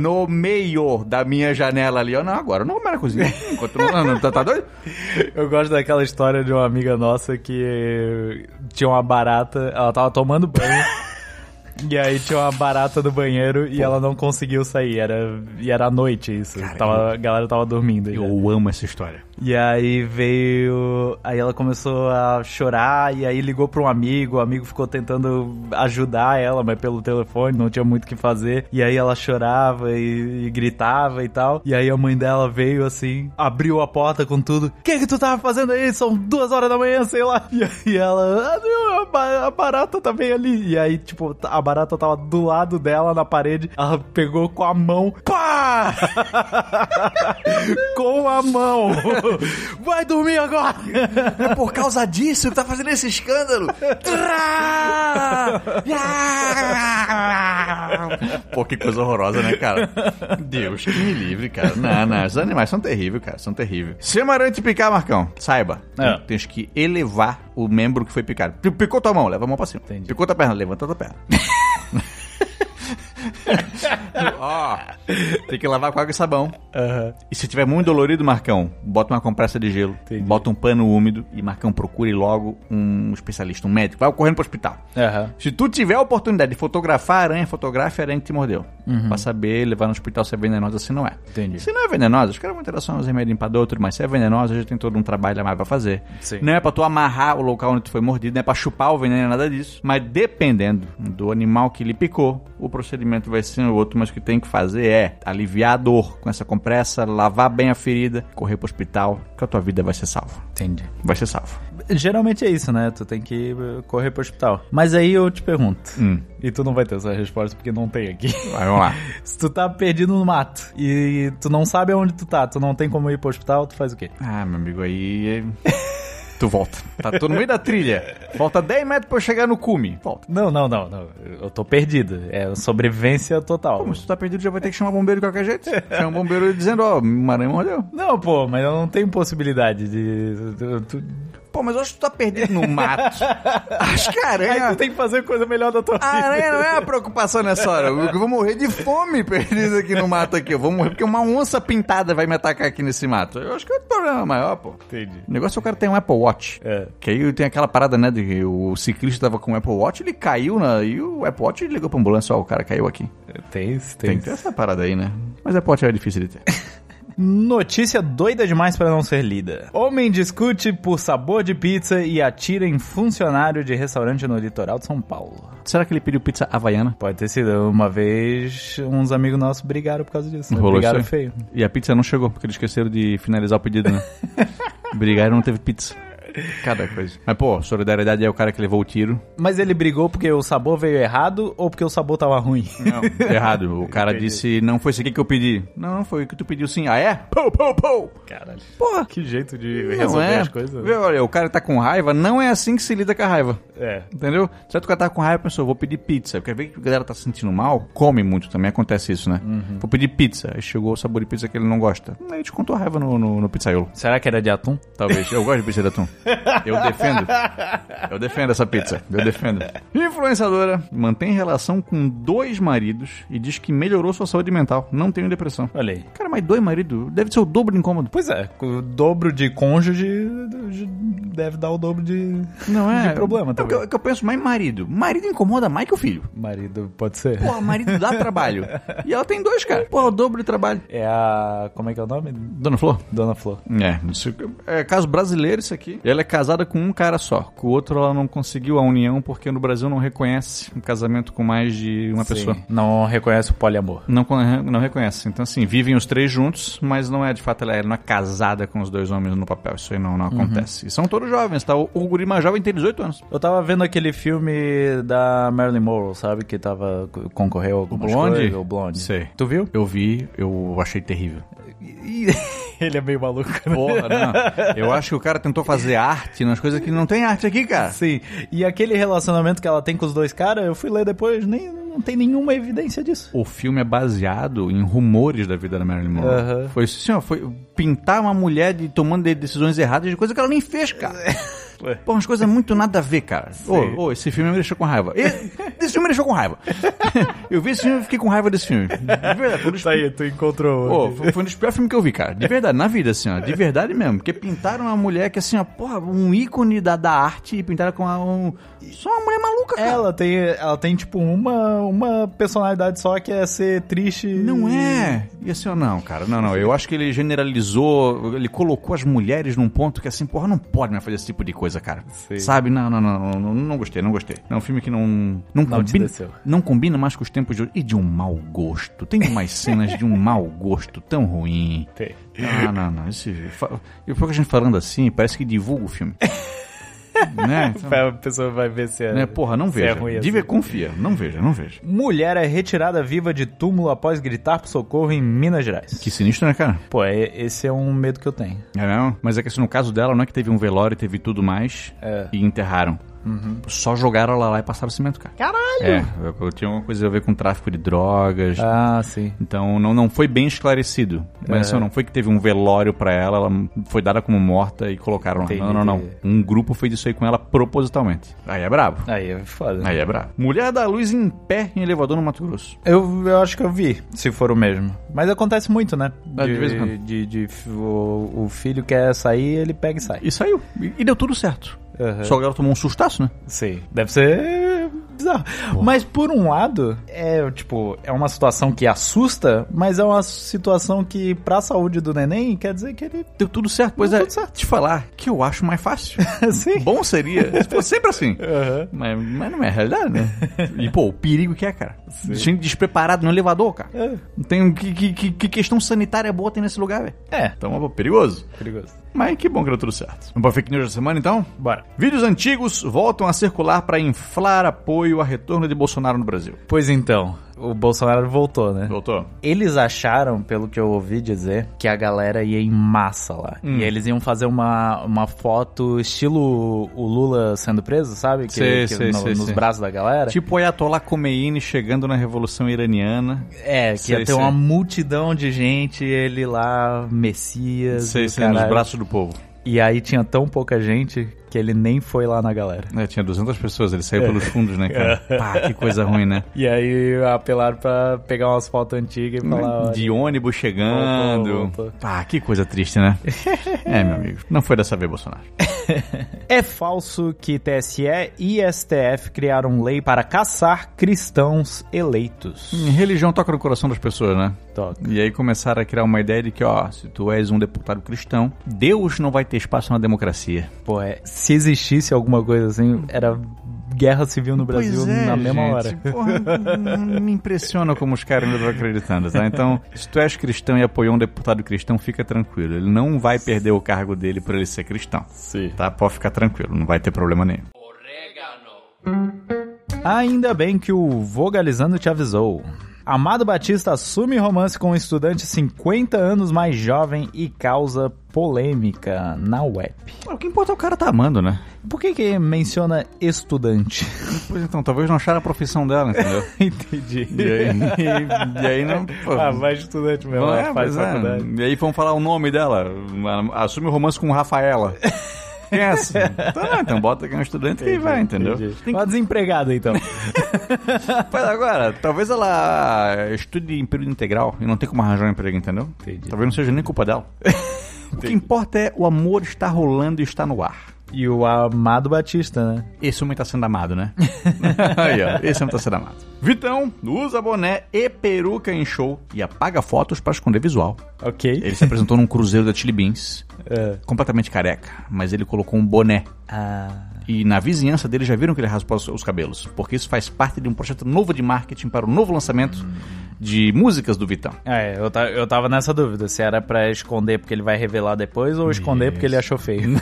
S2: no meio da minha janela ali. Eu, não, agora eu não vou mais na cozinha. Enquanto não, não, tá, tá doido?
S1: Eu gosto daquela história de uma amiga nossa que tinha uma barata, ela tava tomando banho. E aí tinha uma barata do banheiro e ela não conseguiu sair, era, e era à noite isso, tava, a galera tava dormindo. já.
S2: amo essa história.
S1: E aí veio. Aí ela começou a chorar, e aí ligou pra um amigo, o amigo ficou tentando ajudar ela, mas pelo telefone, não tinha muito o que fazer. E aí ela chorava e, e gritava e tal. E aí a mãe dela veio assim, abriu a porta com tudo. O que que tu tava fazendo aí? São duas horas da manhã, sei lá. E aí ela. "Ah, não, a ba- a barata tá bem ali. E aí, tipo, a barata tava do lado dela na parede. Ela pegou com a mão. Pá! com a mão. Vai dormir agora.
S2: É por causa disso que tá fazendo esse escândalo. Pô, que coisa horrorosa, né, cara? Deus que me livre, cara. Não, não, esses animais são terríveis, cara, são terríveis. Se amarante picar, Marcão, saiba,
S1: É.
S2: tens que elevar o membro que foi picado. P- Picou tua mão, leva a mão pra cima.
S1: Entendi.
S2: Picou tua perna, levanta tua perna. Ó, tem que lavar com água e sabão.
S1: Aham.
S2: E se tiver muito dolorido, Marcão, bota uma compressa de gelo,
S1: Entendi.
S2: bota um pano úmido e, Marcão, procure logo um especialista, um médico. Vai correndo pro hospital.
S1: Aham.
S2: Se tu tiver a oportunidade de fotografar a aranha, fotografe a aranha que te mordeu. Pra saber, levar no hospital se é venenosa, se não é.
S1: Uhum. Entendi.
S2: Se não é venenosa, os caras vão ter só uns remédios empadou, tudo mais. Se é venenosa, a gente tem todo um trabalho a mais pra fazer.
S1: Sim.
S2: Não é pra tu amarrar o local onde tu foi mordido, não é pra chupar o veneno, nada disso. Mas dependendo do animal que lhe picou, o procedimento vai ser o outro, mas o que tem que fazer é aliviar a dor com essa compressa, lavar bem a ferida, correr pro hospital, que a tua vida vai ser salva.
S1: Entendi.
S2: Vai ser salva.
S1: Geralmente é isso, né? Tu tem que eh, correr pro hospital. Mas aí eu te pergunto.
S2: Hum.
S1: E tu não vai ter essa resposta porque não tem aqui.
S2: Vai, vamos lá.
S1: Se tu tá perdido no mato e tu não sabe aonde tu tá, tu não tem como ir pro hospital, tu faz o quê?
S2: Ah, meu amigo, aí. Tu volta. Tá, tô no meio da trilha. Falta 10 metros pra eu chegar no cume. Volta.
S1: Não, não, não, não. Eu tô perdido. É sobrevivência total.
S2: Pô, mas tu tá perdido, já vai ter que chamar bombeiro de qualquer jeito. Chama o bombeiro dizendo, ó, o aranha mordeu.
S1: Não, pô, mas eu não tenho possibilidade de. Tu, tu-
S2: Pô, mas eu acho que tu tá perdido no mato. Acho que a
S1: Aí tu
S2: aranha.
S1: tem que fazer coisa melhor da tua
S2: A
S1: vida.
S2: aranha não é a preocupação nessa hora. Eu vou morrer de fome perdido aqui no mato aqui. Eu vou morrer porque uma onça pintada vai me atacar aqui nesse mato. Eu acho que é outro problema maior, pô.
S1: Entendi.
S2: O negócio é o cara tem um Apple Watch.
S1: É.
S2: Que aí tem aquela parada, né? De que o ciclista tava com o Apple Watch, ele caiu na. E o Apple Watch ligou pra ambulância, ó, o cara caiu aqui.
S1: Tem isso,
S2: Tem
S1: tem
S2: que ter
S1: isso.
S2: essa parada aí, né? Mas Apple Watch é difícil de ter.
S1: Notícia doida demais pra não ser lida. Homem discute por sabor de pizza e atira em funcionário de restaurante no litoral de São Paulo.
S2: Será que ele pediu pizza havaiana?
S1: Pode ter sido. Uma vez, uns amigos nossos brigaram por causa disso. Né?
S2: Rolou isso
S1: brigaram
S2: aí?
S1: feio.
S2: E a pizza não chegou, porque eles esqueceram de finalizar o pedido, né? Brigaram e não teve pizza. Cada coisa. Mas, pô, solidariedade é o cara que levou o tiro.
S1: Mas ele brigou porque o sabor veio errado ou porque o sabor tava ruim?
S2: Não, errado. O cara disse, não foi isso aqui que eu pedi. Não, não foi o que tu pediu sim. Ah, é? Pou, pou, pou!
S1: Caralho.
S2: Porra!
S1: Que jeito de
S2: Não
S1: resolver
S2: é.
S1: as coisas.
S2: Vê, Olha, o cara tá com raiva, não é assim que se lida com a raiva.
S1: É.
S2: Entendeu? Certo que eu tava com raiva, pensou, vou pedir pizza. Porque ver que a galera tá se sentindo mal, come muito também, acontece isso, né?
S1: Uhum.
S2: Vou pedir pizza. Aí chegou o sabor de pizza que ele não gosta. Aí te contou a raiva no, no, no pizzaiolo.
S1: Será que era de atum?
S2: Talvez. Eu gosto de pizza de atum. Eu defendo. Eu defendo essa pizza. Eu defendo. Influenciadora mantém relação com dois maridos e diz que melhorou sua saúde mental. Não tenho depressão.
S1: Olha aí.
S2: Cara, mas dois maridos deve ser o dobro de incômodo.
S1: Pois é, o dobro de cônjuge de- deve dar o dobro de
S2: Não é?
S1: De problema
S2: É o que
S1: também.
S2: eu- é o que eu penso, mas marido. Marido incomoda mais que o filho.
S1: marido, pode ser?
S2: Porra, marido dá trabalho. E ela tem dois, cara. Porra, o dobro de trabalho.
S1: É a. Como é que é o nome?
S2: Dona Flor?
S1: Dona Flor.
S2: É, isso é caso brasileiro isso aqui. Ela é casada com um cara só. Com o outro ela não conseguiu a união porque no Brasil não reconhece um casamento com mais de uma pessoa.
S1: Sim. Não reconhece o poliamor.
S2: Não, con- não reconhece. Então, assim, vivem os três juntos, mas não é de fato, ela, ela não é casada com os dois homens no papel. Isso aí não, não
S1: Uhum.
S2: acontece. E são todos jovens, tá? O, o guri mais jovem tem 18 anos.
S1: Eu tava vendo aquele filme da Marilyn Monroe, sabe? Que tava. concorreu a algumas
S2: Blonde?
S1: coisas. é O Blonde.
S2: Sei.
S1: Tu viu?
S2: Eu vi, eu achei terrível.
S1: Ele é meio maluco, né?
S2: Porra, não. Eu acho que o cara tentou fazer arte nas coisas que não tem arte aqui, cara.
S1: Sim. E aquele relacionamento que ela tem com os dois caras, eu fui ler depois, nem não tem nenhuma evidência disso.
S2: O filme é baseado em rumores da vida da Marilyn Monroe.
S1: Aham.
S2: Foi isso, senhor. Foi pintar uma mulher de, tomando de- decisões erradas de coisa que ela nem fez, cara.
S1: É. Ué.
S2: Pô, umas coisas muito nada a ver, cara. Ô, ô, esse filme me deixou com raiva. E- Esse filme me deixou com raiva. Eu vi esse filme e fiquei com raiva desse filme. De
S1: É
S2: verdade, foi um dos-
S1: Tá aí, tu encontrou.
S2: Pô, foi foi um dos piores filmes que eu vi, cara. De verdade, na vida, assim, ó. De verdade mesmo. Porque pintaram uma mulher que, assim, ó, porra, um ícone da, da arte e pintaram com uma, um... Só uma mulher maluca, cara.
S1: Ela tem, ela tem tipo, uma, uma personalidade só que é ser triste.
S2: Não é. E assim, ó, não, cara, não, não. Eu acho que ele generalizou, ele colocou as mulheres num ponto que assim, porra, não pode mais fazer esse tipo de coisa, cara.
S1: Sei.
S2: Sabe? Não, não, não, não, não, não gostei, não gostei. É um filme que não não,
S1: Não te
S2: combina,
S1: desceu.
S2: não combina mais com os tempos de hoje e de um mau gosto. Tem umas cenas de um mau gosto tão ruim.
S1: Tem.
S2: Ah, não, não. Esse, fa- e pouca gente falando assim, parece que divulga o filme. né? Então,
S1: A pessoa vai ver se é.
S2: né? Porra, não
S1: se é
S2: veja.
S1: ruim
S2: Diver-
S1: assim.
S2: confia, não veja, não veja.
S1: Mulher é retirada viva de túmulo após gritar por socorro em Minas Gerais.
S2: Que sinistro, né, cara?
S1: Pô, é- esse é um medo que eu tenho.
S2: É mesmo? Mas é que assim, no caso dela, não é que teve um velório, teve tudo mais
S1: É. Uhum.
S2: e enterraram. Só jogaram ela lá e passaram cimento, cara.
S3: Caralho!
S2: É, eu, eu tinha alguma coisa a ver com tráfico de drogas.
S1: Ah, É. sim.
S2: Então não, não foi bem esclarecido. Mas assim, não foi que teve um velório pra ela, ela foi dada como morta e colocaram lá.
S1: Entendi.
S2: Não, não, não. Um grupo fez isso aí com ela propositalmente. Aí é brabo.
S1: Aí é foda.
S2: Aí é brabo. Mulher da luz em pé em elevador no Mato Grosso.
S1: Eu, eu acho que eu vi, se for o mesmo. Mas acontece muito, né?
S2: Ah, de vez em quando.
S1: de- de f- o, o filho quer sair, ele pega e sai.
S2: E saiu. E, e deu tudo certo.
S1: Aham.
S2: Só que ela tomou um sustaço, né?
S1: Sim. Deve ser bizarro. Mas por um lado, é tipo, é uma situação que assusta, mas é uma situação que pra saúde do neném quer dizer que ele
S2: Deu tudo certo. Pois
S1: Deu
S2: é,
S1: tudo certo.
S2: te falar que eu acho mais fácil.
S1: sim.
S2: Bom seria. Se fosse sempre assim.
S1: Aham.
S2: Mas, mas não é a realidade, né? E, pô, o perigo que é, cara. Gente despreparado no elevador, cara.
S1: É.
S2: Não Tem, um, que, que- que- que questão sanitária boa tem nesse lugar, velho?
S1: É,
S2: Então, pô, perigoso.
S1: perigoso.
S2: Mas que bom que deu tudo certo. Vamos pra fake news da semana, então?
S1: Bora.
S2: Vídeos antigos voltam a circular pra inflar apoio a retorno de Bolsonaro no Brasil.
S1: Pois então, o Bolsonaro voltou, né?
S2: Voltou?
S1: Eles acharam, pelo que eu ouvi dizer, que a galera ia em massa lá. E eles iam fazer uma, uma foto estilo o Lula sendo preso, sabe? Que,
S2: Sei,
S1: que
S2: sei,
S1: no-
S2: sei,
S1: nos
S2: sei.
S1: braços da galera.
S2: Tipo o Ayatollah Khomeini chegando na Revolução Iraniana.
S1: É, que
S2: Sei,
S1: ia ter
S2: sei.
S1: uma multidão de gente, ele lá, Messias. e o caralho.
S2: do povo.
S1: E aí tinha tão pouca gente que ele nem foi lá na galera.
S2: É, tinha 200 pessoas, ele
S1: É.
S2: saiu pelos fundos, né, cara? Pá, que coisa ruim, né?
S1: E aí apelaram pra pegar umas fotos antigas e falar. "Olha,
S2: De ônibus chegando.
S1: Voltou, voltou.
S2: Pá, que coisa triste, né? é, meu amigo. Não foi dessa vez, Bolsonaro.
S1: É falso que TSE e STF criaram lei para caçar cristãos eleitos. Então,
S2: Religião toca no coração das pessoas, né?
S1: Toca.
S2: E aí começaram a criar uma ideia de que, ó, se tu és um deputado cristão, Deus não vai ter espaço na democracia.
S1: Pô, é, se existisse alguma coisa assim, era guerra civil no Brasil na mesma
S2: é, gente.
S1: hora.
S2: Porra, não- não me impressiona como os caras não estão acreditando, tá? Então, se tu és cristão e apoiou um deputado cristão, fica tranquilo. Ele não vai perder o cargo dele por ele ser cristão.
S1: Sim.
S2: Tá? Pode ficar tranquilo, não vai ter problema nenhum.
S1: Ainda bem que o Vogalizando te avisou. Amado Batista assume romance com um estudante 50 anos mais jovem e causa polêmica na web.
S2: O que importa é o cara tá amando, né?
S1: Por que que menciona estudante?
S2: Pois então, talvez não acharam a profissão dela, entendeu?
S1: Entendi. Ah,
S2: E aí, e aí não. pô,
S1: vai estudante mesmo,
S2: É.
S1: né?
S2: não é, mas é. E aí vão falar o nome dela. Assume o romance com Rafaela. Quem é essa? Então, não, então bota que é um estudante que vai, entendeu? Tem
S1: Uma desempregada, então.
S2: que- Mas agora, talvez ela estude em período integral e não tem como arranjar um emprego, entendeu?
S1: Entendi.
S2: Talvez não seja nem culpa dela. O que importa é o amor estar rolando e estar no ar.
S1: E o Amado Batista, né?
S2: Esse homem tá sendo amado, né? Aí, ó. Esse homem tá sendo amado. Vitão usa boné e peruca em show e apaga fotos pra esconder visual.
S1: Ok.
S2: Ele se apresentou num cruzeiro da Chili Beans,
S1: É.
S2: completamente careca, mas ele colocou um boné.
S1: Ah,
S2: E na vizinhança dele já viram que ele raspou os- os cabelos, porque isso faz parte de um projeto novo de marketing para o novo lançamento de músicas do Vitão.
S1: é, eu, ta- eu tava nessa dúvida, se era pra esconder porque ele vai revelar depois ou esconder porque ele achou feio.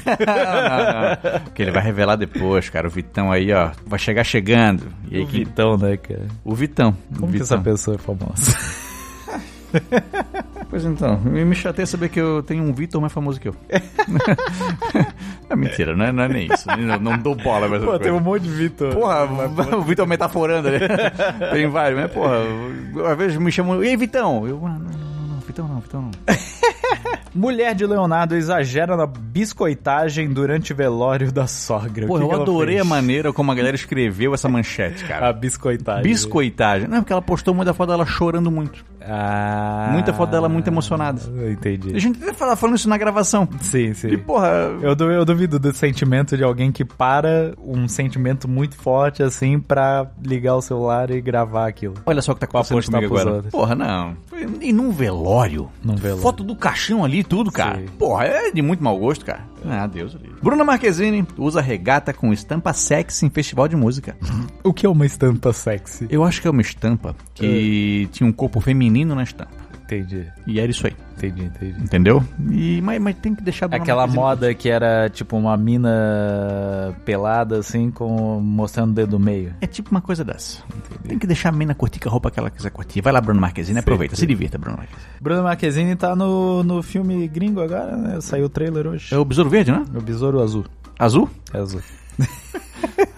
S2: que ele vai revelar depois, cara. O Vitão aí, ó, vai chegar chegando. E aí,
S1: O
S2: que-
S1: Vitão, né, cara?
S2: o Vitão. o
S1: Como que
S2: Vitão.
S1: essa pessoa é famosa?
S2: Pois então, me me chateia saber que eu tenho um Vitor mais famoso que eu. é mentira, não é, não é nem isso. Não, não dou bola mas
S1: Pô, tem um monte de Vitor.
S2: Porra, o Vitor metaforando ali. Tem vários, mas porra, às vezes me chamam, ei Vitão! Eu, ah, não, não, não, Vitão não, Vitão não.
S1: Mulher de Leonardo exagera na biscoitagem durante velório da sogra. O
S2: Porra,
S1: que
S2: eu
S1: que ela
S2: adorei a
S1: fez?
S2: maneira como a galera escreveu essa manchete,
S1: A
S2: cara.
S1: biscoitagem.
S2: Biscoitagem. Não, porque ela postou muita foto dela chorando muito.
S1: Ah.
S2: Muita foto dela muito emocionada.
S1: Eu
S2: A
S1: entendi.
S2: gente até fala- falando isso na gravação.
S1: Sim, sim.
S2: E porra,
S1: Eu, du- eu duvido do sentimento de alguém que para um sentimento muito forte assim pra ligar o celular e gravar aquilo.
S2: Olha só o que tá
S1: Pra
S2: acontecendo
S1: apostar
S2: comigo
S1: pros
S2: agora.
S1: outros.
S2: Porra, não. E num velório?
S1: Num velório.
S2: Foto do caixão ali e tudo, cara.
S1: Sim.
S2: Porra, é de muito mau gosto, cara. Ah, Deus ali. Bruna Marquezine usa regata com estampa sexy em festival de música.
S1: O que é uma estampa sexy?
S2: Eu acho que é uma estampa que tinha um corpo feminino na estampa.
S1: Entendi,
S2: E era isso aí,
S1: entendi, entendi.
S2: entendeu? E, mas, mas tem que deixar a Bruna
S1: É Aquela
S2: Marquezine-
S1: moda que era tipo uma mina pelada assim, com mostrando o dedo meio.
S2: É tipo uma coisa dessa. Tem que deixar a mina curtir com a roupa que ela quiser curtir. Vai lá, Bruna Marquezine, aproveita. Se divirta, Bruna Marquezine.
S1: Bruno Marquezine tá no, no filme gringo agora, né? Saiu o trailer hoje.
S2: É o Besouro Verde, né?
S1: O Besouro Azul.
S2: Azul?
S1: É azul.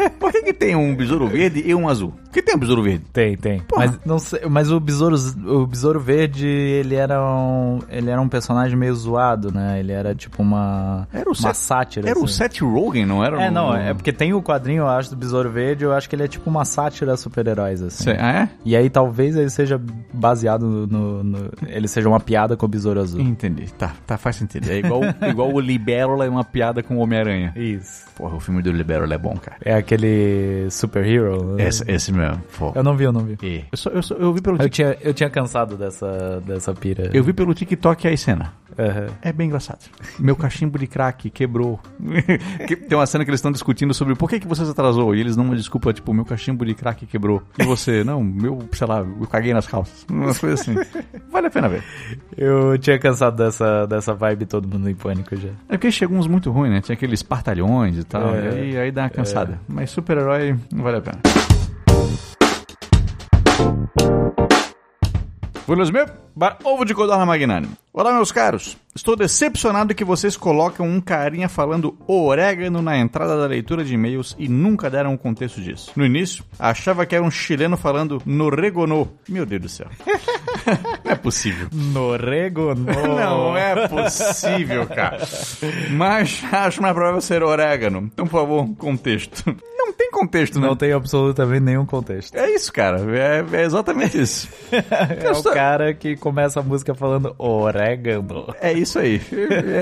S2: É, Por que, que tem um besouro verde e um azul? Por que tem um besouro verde?
S1: Tem, tem. Mas não sei, mas o besouro, o besouro verde, ele era um, ele era um personagem meio zoado, né? Ele era tipo uma
S2: Era o
S1: uma
S2: Seth-
S1: sátira.
S2: Era o
S1: assim.
S2: Seth Rogen, não era?
S1: É,
S2: um-
S1: não, é porque tem o quadrinho, eu acho, do Besouro Verde, eu acho que ele é tipo uma sátira a super-heróis, assim.
S2: Cê- Ah, é?
S1: E aí talvez ele seja baseado no, no- no- Ele seja uma piada com o Besouro Azul.
S2: Entendi. Tá, tá, faz sentido. É igual, igual o Libérola é uma piada com o Homem-Aranha.
S1: Isso.
S2: Porra, o filme do Libérola é bom, cara.
S1: É aquele super-hero. né?
S2: Esse, esse mesmo. Pô.
S1: Eu não vi, eu não vi.
S2: E- É. Eu, só- eu, só- eu vi pelo
S1: Eu
S2: tic-
S1: tinha, eu tinha cansado dessa, dessa pira.
S2: eu vi pelo TikTok a cena.
S1: Aham.
S2: É bem engraçado. Meu cachimbo de crack quebrou. Que- Tem uma cena que eles estão discutindo sobre por que, que você se atrasou. E eles dão uma desculpa, tipo, meu cachimbo de crack quebrou. E você, não, meu, sei lá, eu caguei nas calças. Umas coisas assim. Vale a pena ver.
S1: Eu tinha cansado dessa, dessa vibe todo mundo em pânico já.
S2: É porque chegou uns muito ruins, né? Tinha aqueles partalhões e tal.
S1: É.
S2: e aí, aí dá uma cansada. Mas super-herói não vale a pena. Buenos meus, bar- ovo de codorna magnânimo. Olá, meus caros. Estou decepcionado que vocês colocam um carinha falando orégano na entrada da leitura de e-mails e nunca deram o contexto disso. No início, achava que era um chileno falando no regonô. Meu Deus do céu. não é possível.
S1: Norrego Oh.
S2: Não é possível, cara. Mas acho mais provável ser orégano. Então, por favor, contexto. Não tem contexto, não.
S1: Não tem absolutamente nenhum contexto.
S2: É isso, cara. É, é exatamente isso.
S1: É o
S2: só-
S1: cara que começa a música falando orégano.
S2: É isso aí.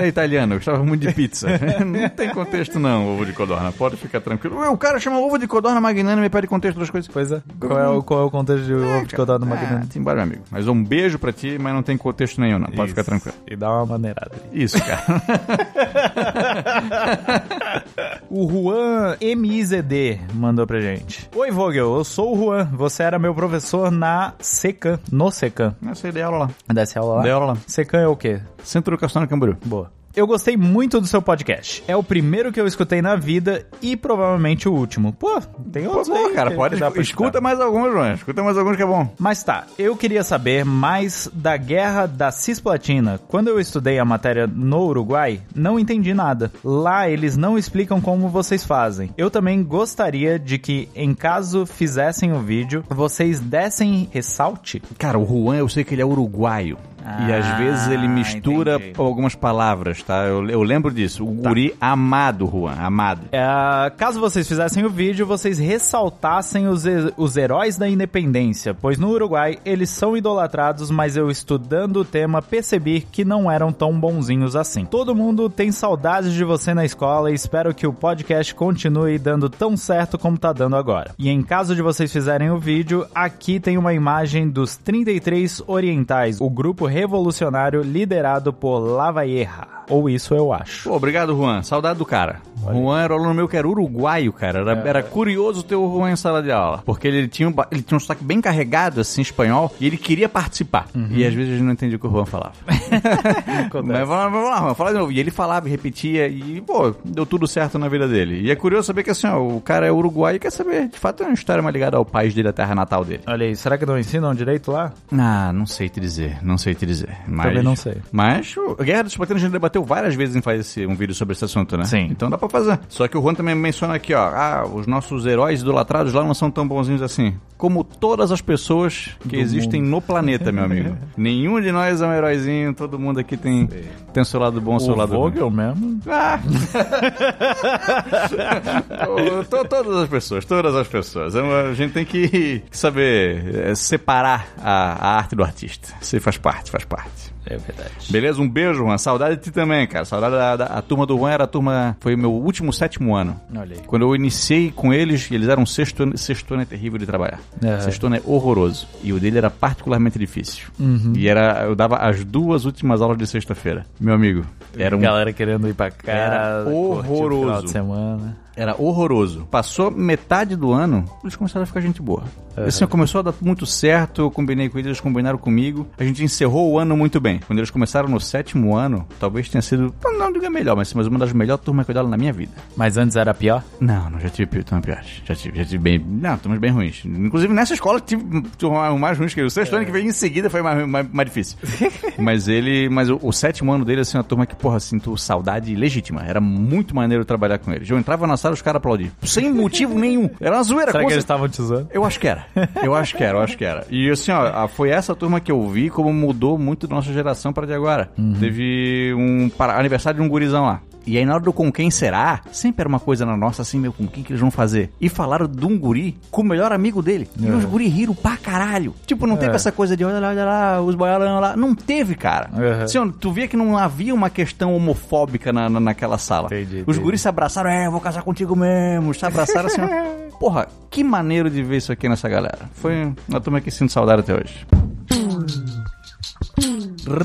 S2: É italiano. Eu gostava muito de pizza. Não tem contexto, não, ovo de codorna. Pode ficar tranquilo. Ué, O cara chama ovo de codorna magnânimo e pede contexto das coisas.
S1: Pois é. Qual é o, qual é o contexto de ovo de codorna
S2: Ah,
S1: magnânimo?
S2: tem embora, meu amigo. Mas um beijo pra ti, mas não tem contexto nenhum, não. Pode ficar
S1: Isso.
S2: tranquilo.
S1: E dá uma maneirada. aí.
S2: Isso, cara.
S1: O Juan MIZD mandou pra gente. Oi, Vogel, eu sou o Juan. Você era meu professor na SECAM, no SECAM.
S2: Essa é a aula lá.
S1: Desce aula lá?
S2: Dei aula lá.
S1: SECAM é o quê?
S2: Centro Educacional Camboriú.
S1: Boa. Eu gostei muito do seu podcast. É o primeiro que eu escutei na vida e provavelmente o último. Pô, tem
S2: Pô,
S1: outros
S2: boa,
S1: aí né?
S2: cara,
S1: que-
S2: pode
S1: que dá pra
S2: escuta
S1: escutar.
S2: mais alguns, João. Escuta mais alguns que é bom.
S1: Mas tá, eu queria saber mais da guerra da cisplatina. Quando eu estudei a matéria no Uruguai, não entendi nada. Lá eles não explicam como vocês fazem. Eu também gostaria de que, em caso fizessem o vídeo, vocês dessem ressalte.
S2: Cara, o Juan, eu sei que ele é uruguaio. e
S1: Ah,
S2: às vezes ele mistura
S1: entendi.
S2: algumas palavras, tá? Eu, eu lembro disso. O guri amado, Juan, amado.
S1: É, caso vocês fizessem o vídeo, vocês ressaltassem os, he- os heróis da independência, pois no Uruguai eles são idolatrados, mas eu estudando o tema percebi que não eram tão bonzinhos assim. Todo mundo tem saudades de você na escola e espero que o podcast continue dando tão certo como tá dando agora. E em caso de vocês fizerem o vídeo, aqui tem uma imagem dos 33 Orientais, o grupo revolucionário liderado por Lavallera. Ou isso eu acho.
S2: Pô, obrigado, Juan. Saudade do cara. Juan era o aluno meu que era uruguaio, cara. Era,
S1: É.
S2: era curioso ter o Juan em sala de aula. Porque ele tinha, um, ba- ele tinha um sotaque bem carregado, assim, espanhol, e ele queria participar.
S1: Uhum.
S2: E às vezes a gente não entendia o que o Juan falava. Mas vamos lá, vamos lá, Juan, fala de novo. E ele falava e repetia, e, pô, deu tudo certo na vida dele. E é curioso saber que, assim, ó, o cara é uruguaio e quer saber, de fato, é uma história mais ligada ao país dele, à terra natal dele.
S1: Olha aí, será que não ensinam direito lá?
S2: Ah, não sei te dizer, não sei te dizer. Mas,
S1: Também não sei.
S2: Mas o- a Guerra dos Patentes a gente debateu várias vezes em fazer esse- um vídeo sobre esse assunto, né?
S1: Sim.
S2: Então dá pra fazer. Só que o Juan também menciona aqui, ó. Ah, os nossos heróis idolatrados lá não são tão bonzinhos assim. Como todas as pessoas que existem no planeta, meu amigo. Nenhum de nós é um heróizinho, todo mundo aqui tem, tem o seu lado bom, o seu
S1: O
S2: lado ruim.
S1: Vogel mesmo?
S2: Ah! Ô, to- todas as pessoas, todas as pessoas. É uma- A gente tem que saber é, separar a, a arte do artista. Isso aí faz parte, faz parte.
S1: É verdade.
S2: Beleza? Um beijo, Juan. Saudade de ti também, cara. Saudade da, da- a turma do Juan era a turma. Foi meu último sétimo ano.
S1: Olha aí.
S2: Quando eu iniciei com eles, eles eram sexto ano. Sexto ano é terrível de trabalhar.
S1: É.
S2: Sexto ano é horroroso. E o dele era particularmente difícil.
S1: Uhum.
S2: E era, eu dava as duas últimas aulas de sexta-feira. Meu amigo, era um
S1: Galera querendo ir pra casa.
S2: Era horroroso.
S1: curtir o Final de semana.
S2: Era horroroso. Passou metade do ano, eles começaram a ficar gente boa. Assim, começou a dar muito certo, eu combinei com eles, eles combinaram comigo. A gente encerrou o ano muito bem. Quando eles começaram no sétimo ano, talvez tenha sido, não, não diga melhor, mas, mas uma das melhores turmas que eu dei aula na minha vida.
S1: Mas antes era pior?
S2: Não, não, já tive pi- turma pior. Já tive, já tive bem, não, turmas bem ruins. Inclusive nessa escola tive turma mais ruins que eu. O
S1: É.
S2: sexto ano que veio em seguida foi mais, mais, mais difícil. mas ele, mas o, é o sétimo ano dele, assim, uma turma que, porra, sinto saudade legítima. Era muito maneiro trabalhar com eles. Eu entrava na sala, deixaram os caras aplaudir. Sem motivo nenhum. Era uma zoeira.
S1: Será
S2: É, com
S1: que eles
S2: certeza.
S1: estavam te usando?
S2: Eu acho que era. Eu acho que era, eu acho que era. E assim, ó, a- foi essa turma que eu vi como mudou muito da nossa geração pra de agora.
S1: Uhum.
S2: Teve um para- aniversário de um gurizão lá. E aí, na hora do com quem será, sempre era uma coisa na nossa, assim, meu, com quem que eles vão fazer? E falaram de um guri com o melhor amigo dele. E os guri riram pra caralho. Tipo, não teve
S1: É.
S2: essa coisa de olha lá, olha lá, os boiarão lá. Não teve, cara.
S1: Uhum.
S2: Assim, ó, tu via que não havia uma questão homofóbica na, na- naquela sala.
S1: Entendi,
S2: os
S1: entendi.
S2: guris se abraçaram, é, eu vou casar contigo mesmo. Se abraçaram assim, ó. Porra, que maneiro de ver isso aqui nessa galera. Foi uma turma que sinto saudade até hoje.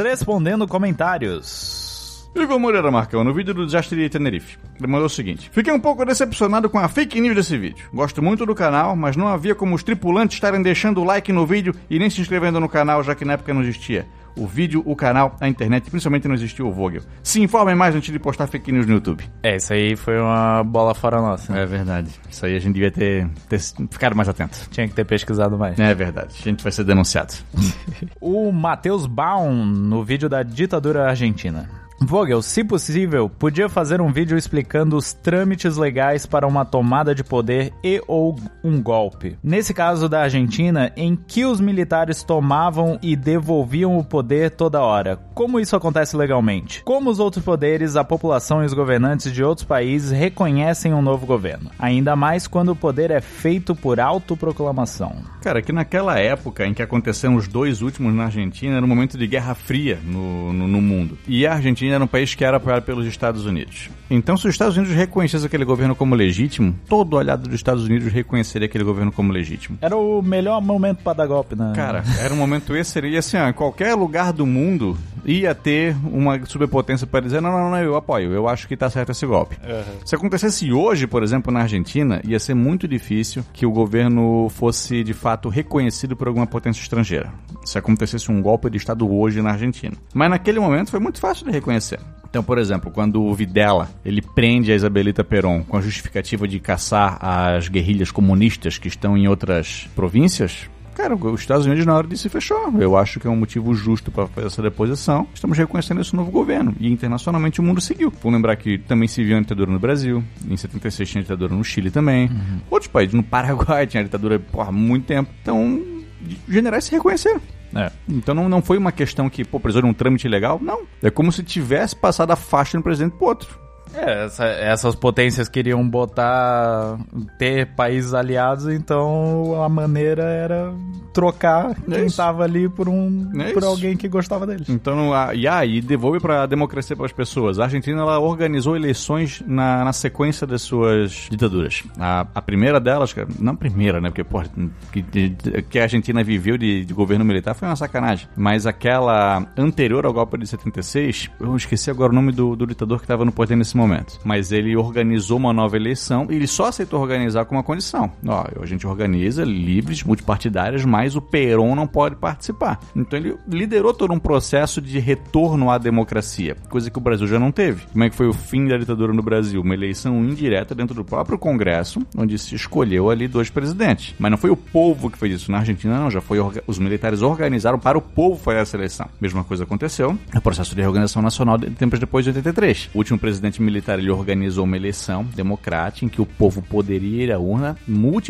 S1: Respondendo comentários.
S2: Igor Moreira Marcão, no vídeo do desastre de Tenerife, ele mandou o seguinte: Fiquei um pouco decepcionado com a fake news desse vídeo. Gosto muito do canal, mas não havia como os tripulantes estarem deixando o like no vídeo e nem se inscrevendo no canal, já que na época não existia. O vídeo, o canal, a internet, principalmente não existiu o Vogel. Se informem mais antes de postar fake news no YouTube.
S1: É, isso aí foi uma bola fora nossa. né?
S2: É verdade. Isso aí a gente devia ter, ter ficado mais atento.
S1: Tinha que ter pesquisado mais.
S2: É verdade. A gente vai ser denunciado.
S1: O Matheus Baum, no vídeo da ditadura argentina. Vogel, se possível, podia fazer um vídeo explicando os trâmites legais para uma tomada de poder e ou um golpe. Nesse caso da Argentina, em que os militares tomavam e devolviam o poder toda hora. Como isso acontece legalmente? Como os outros poderes, a população e os governantes de outros países reconhecem um novo governo? Ainda mais quando o poder é feito por autoproclamação.
S2: Cara, que naquela época em que aconteceram os dois últimos na Argentina, era um momento de guerra fria no, no, no mundo. E a Argentina era um país que era apoiado pelos Estados Unidos. Então, se os Estados Unidos reconhecessem aquele governo como legítimo, todo olhado dos Estados Unidos reconheceria aquele governo como legítimo.
S1: Era o melhor momento para dar golpe, né?
S2: Cara, era um momento excelente. E assim, ó, em qualquer lugar do mundo ia ter uma superpotência para dizer: não, não, não, eu apoio, eu acho que tá certo esse golpe. Se acontecesse hoje, por exemplo, na Argentina, ia ser muito difícil que o governo fosse de fato reconhecido por alguma potência estrangeira. Se acontecesse um golpe de Estado hoje na Argentina. Mas naquele momento foi muito fácil de reconhecer. Então, por exemplo, quando o Videla ele prende a Isabelita Perón com a justificativa de caçar as guerrilhas comunistas que estão em outras províncias, Cara, os Estados Unidos na hora disso fechou. Eu acho que é um motivo justo para fazer essa deposição. Estamos reconhecendo esse novo governo. E internacionalmente o mundo seguiu. Vamos lembrar que também se viu a ditadura no Brasil. Em 76 tinha ditadura no Chile também. Outros países, no Paraguai tinha ditadura porra, há muito tempo. Então, os generais se reconheceram.
S1: É.
S2: Então não, não foi uma questão que, pô, precisou de um trâmite legal. Não. É como se tivesse passado a faixa de um presidente pro outro.
S1: É, essa- essas potências queriam botar. ter países aliados, então a maneira era trocar quem
S2: É isso.
S1: tava ali por um.
S2: É
S1: por
S2: isso.
S1: alguém que gostava deles.
S2: Então, a, e aí, devolve para a democracia para as pessoas. A Argentina ela organizou eleições na, na sequência das suas ditaduras. A, a primeira delas, cara, não a primeira, né? Porque, pô, que, de- que a Argentina viveu de, de governo militar foi uma sacanagem. Mas aquela anterior ao golpe de 76, eu esqueci agora o nome do, do ditador que estava no poder nesse momento. Mas ele organizou uma nova eleição e ele só aceitou organizar com uma condição. Ó, a gente organiza livres, multipartidárias, mas o Perón não pode participar. Então ele liderou todo um processo de retorno à democracia, coisa que o Brasil já não teve. Como é que foi o fim da ditadura no Brasil? Uma eleição indireta dentro do próprio Congresso, onde se escolheu ali dois presidentes. Mas não foi o povo que fez isso. Na Argentina, não, já foi orga- os militares organizaram para o povo fazer essa eleição. Mesma coisa aconteceu no processo de reorganização nacional de- tempos depois de 83. O último presidente militar ele organizou uma eleição democrática em que o povo poderia ir à urna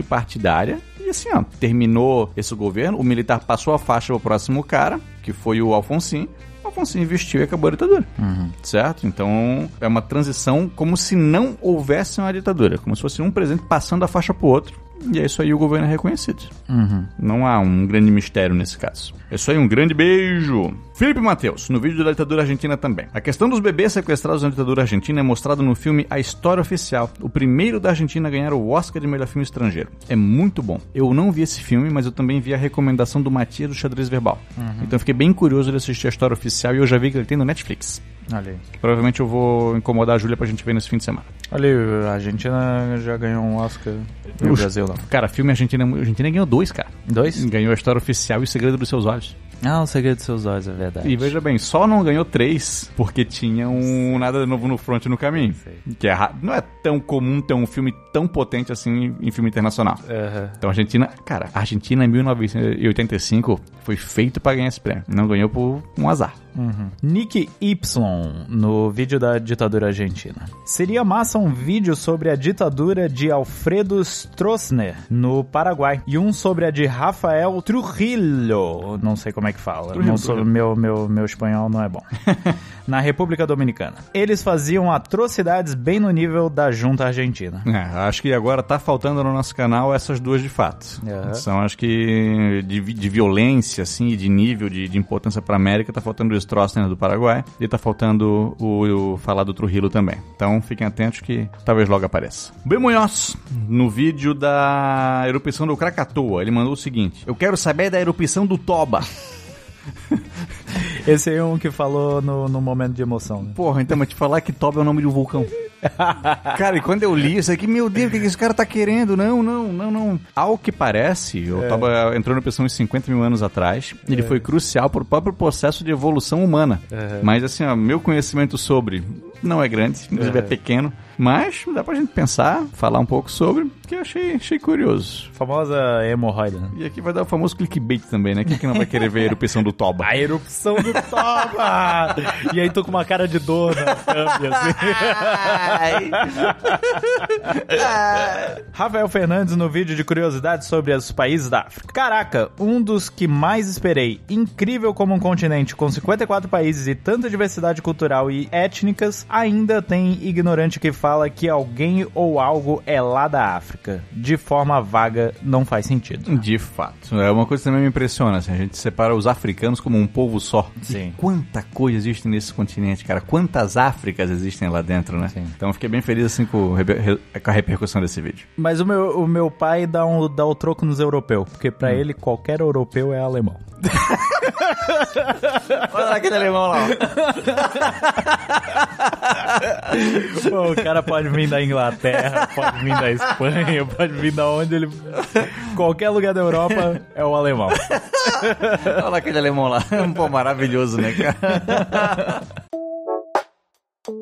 S2: multipartidária. E assim, ó, terminou esse governo, o militar passou a faixa pro próximo cara, que foi o Alfonsin. O Alfonsin investiu e acabou a ditadura. Certo? Então é uma transição como se não houvesse uma ditadura, como se fosse um presidente passando a faixa pro outro. E é isso aí o governo é reconhecido. Não há um grande mistério nesse caso. É isso aí, um grande beijo! Felipe Matheus, no vídeo da ditadura argentina também. A questão dos bebês sequestrados na ditadura argentina é mostrada no filme A História Oficial, o primeiro da Argentina a ganhar o Oscar de melhor filme estrangeiro. É muito bom. Eu não vi esse filme, mas eu também vi a recomendação do Matias do Xadrez Verbal. Então eu fiquei bem curioso de assistir a História Oficial e eu já vi que ele tem no Netflix.
S1: Olha aí.
S2: Provavelmente eu vou incomodar a Júlia pra gente ver nesse fim de semana.
S1: Olha aí, a Argentina já ganhou um Oscar e o
S2: Ux. Hum.
S1: Brasil não.
S2: Cara, filme Argentina, a Argentina ganhou dois, cara.
S1: Dois?
S2: Ganhou a história oficial e o segredo dos seus olhos.
S1: Ah, o segredo dos seus olhos, é verdade.
S2: E veja bem, só não ganhou três porque tinha um nada de novo no front no caminho.
S1: Sei.
S2: Que é ra- não é tão comum ter um filme tão potente assim em filme internacional.
S1: Aham.
S2: Então a Argentina, cara, a Argentina em 1985 foi feito pra ganhar esse prêmio. Não ganhou por um azar.
S1: Nick Y, no vídeo da ditadura argentina. Seria massa um vídeo sobre a ditadura de Alfredo Stroessner, no Paraguai, e um sobre a de Rafael Trujillo, não sei como é que fala,
S2: Trujillo,
S1: não sou,
S2: Trujillo.
S1: meu, meu, meu espanhol não é bom, na República Dominicana. Eles faziam atrocidades bem no nível da junta argentina.
S2: É, acho que agora tá faltando no nosso canal essas duas de fato.
S1: Aham.
S2: São, acho que, de, vi- de violência, assim, e de nível de, de importância pra América, tá faltando o Stroessner do Paraguai e tá faltando o, o falar do Trujillo também. Então, fiquem atentos que talvez logo apareça. Bem Munhoz, no vídeo da erupção do Krakatoa, ele mandou o seguinte. Eu quero saber da erupção do Toba.
S1: Esse é um que falou no, no momento de emoção, né?
S2: Porra, então, mas te falar que Toba é o nome de um vulcão. Cara, e quando eu li isso aqui, meu Deus, o que que esse cara tá querendo? Não, não, não, não. Ao que parece, o Toba entrou na pessoa uns 50 mil anos atrás. Ele foi crucial pro próprio processo de evolução humana. Mas assim, ó, meu conhecimento sobre não é grande, inclusive é pequeno. Mas dá pra gente pensar, falar um pouco sobre, que eu achei, achei curioso.
S1: Famosa hemorroida, né?
S2: E aqui vai dar o famoso clickbait também, né? Quem que não vai querer ver a erupção do Toba?
S1: A erupção do Toba! e aí tô com uma cara de dor na thumb, assim. Rafael Fernandes no vídeo de curiosidades sobre os países da África. Caraca, um dos que mais esperei. Incrível como um continente com 54 países e tanta diversidade cultural e étnicas, ainda tem ignorante que fala que alguém ou algo é lá da África. De forma vaga, não faz sentido.
S2: De fato. É uma coisa que também me impressiona, assim, a gente separa os africanos como um povo só.
S1: Sim.
S2: E quanta coisa existe nesse continente, cara. Quantas Áfricas existem lá dentro, né?
S1: Sim.
S2: Então eu fiquei bem feliz assim com, o rebe- re- com a repercussão desse vídeo.
S1: Mas o meu, o meu pai dá, um, dá o troco nos europeus, porque pra ele qualquer europeu é alemão.
S2: Olha lá aquele alemão lá.
S1: Pô, o cara pode vir da Inglaterra, pode vir da Espanha, pode vir da onde ele. Qualquer lugar da Europa é o alemão.
S2: Olha lá aquele alemão lá. Pô, maravilhoso, né, cara?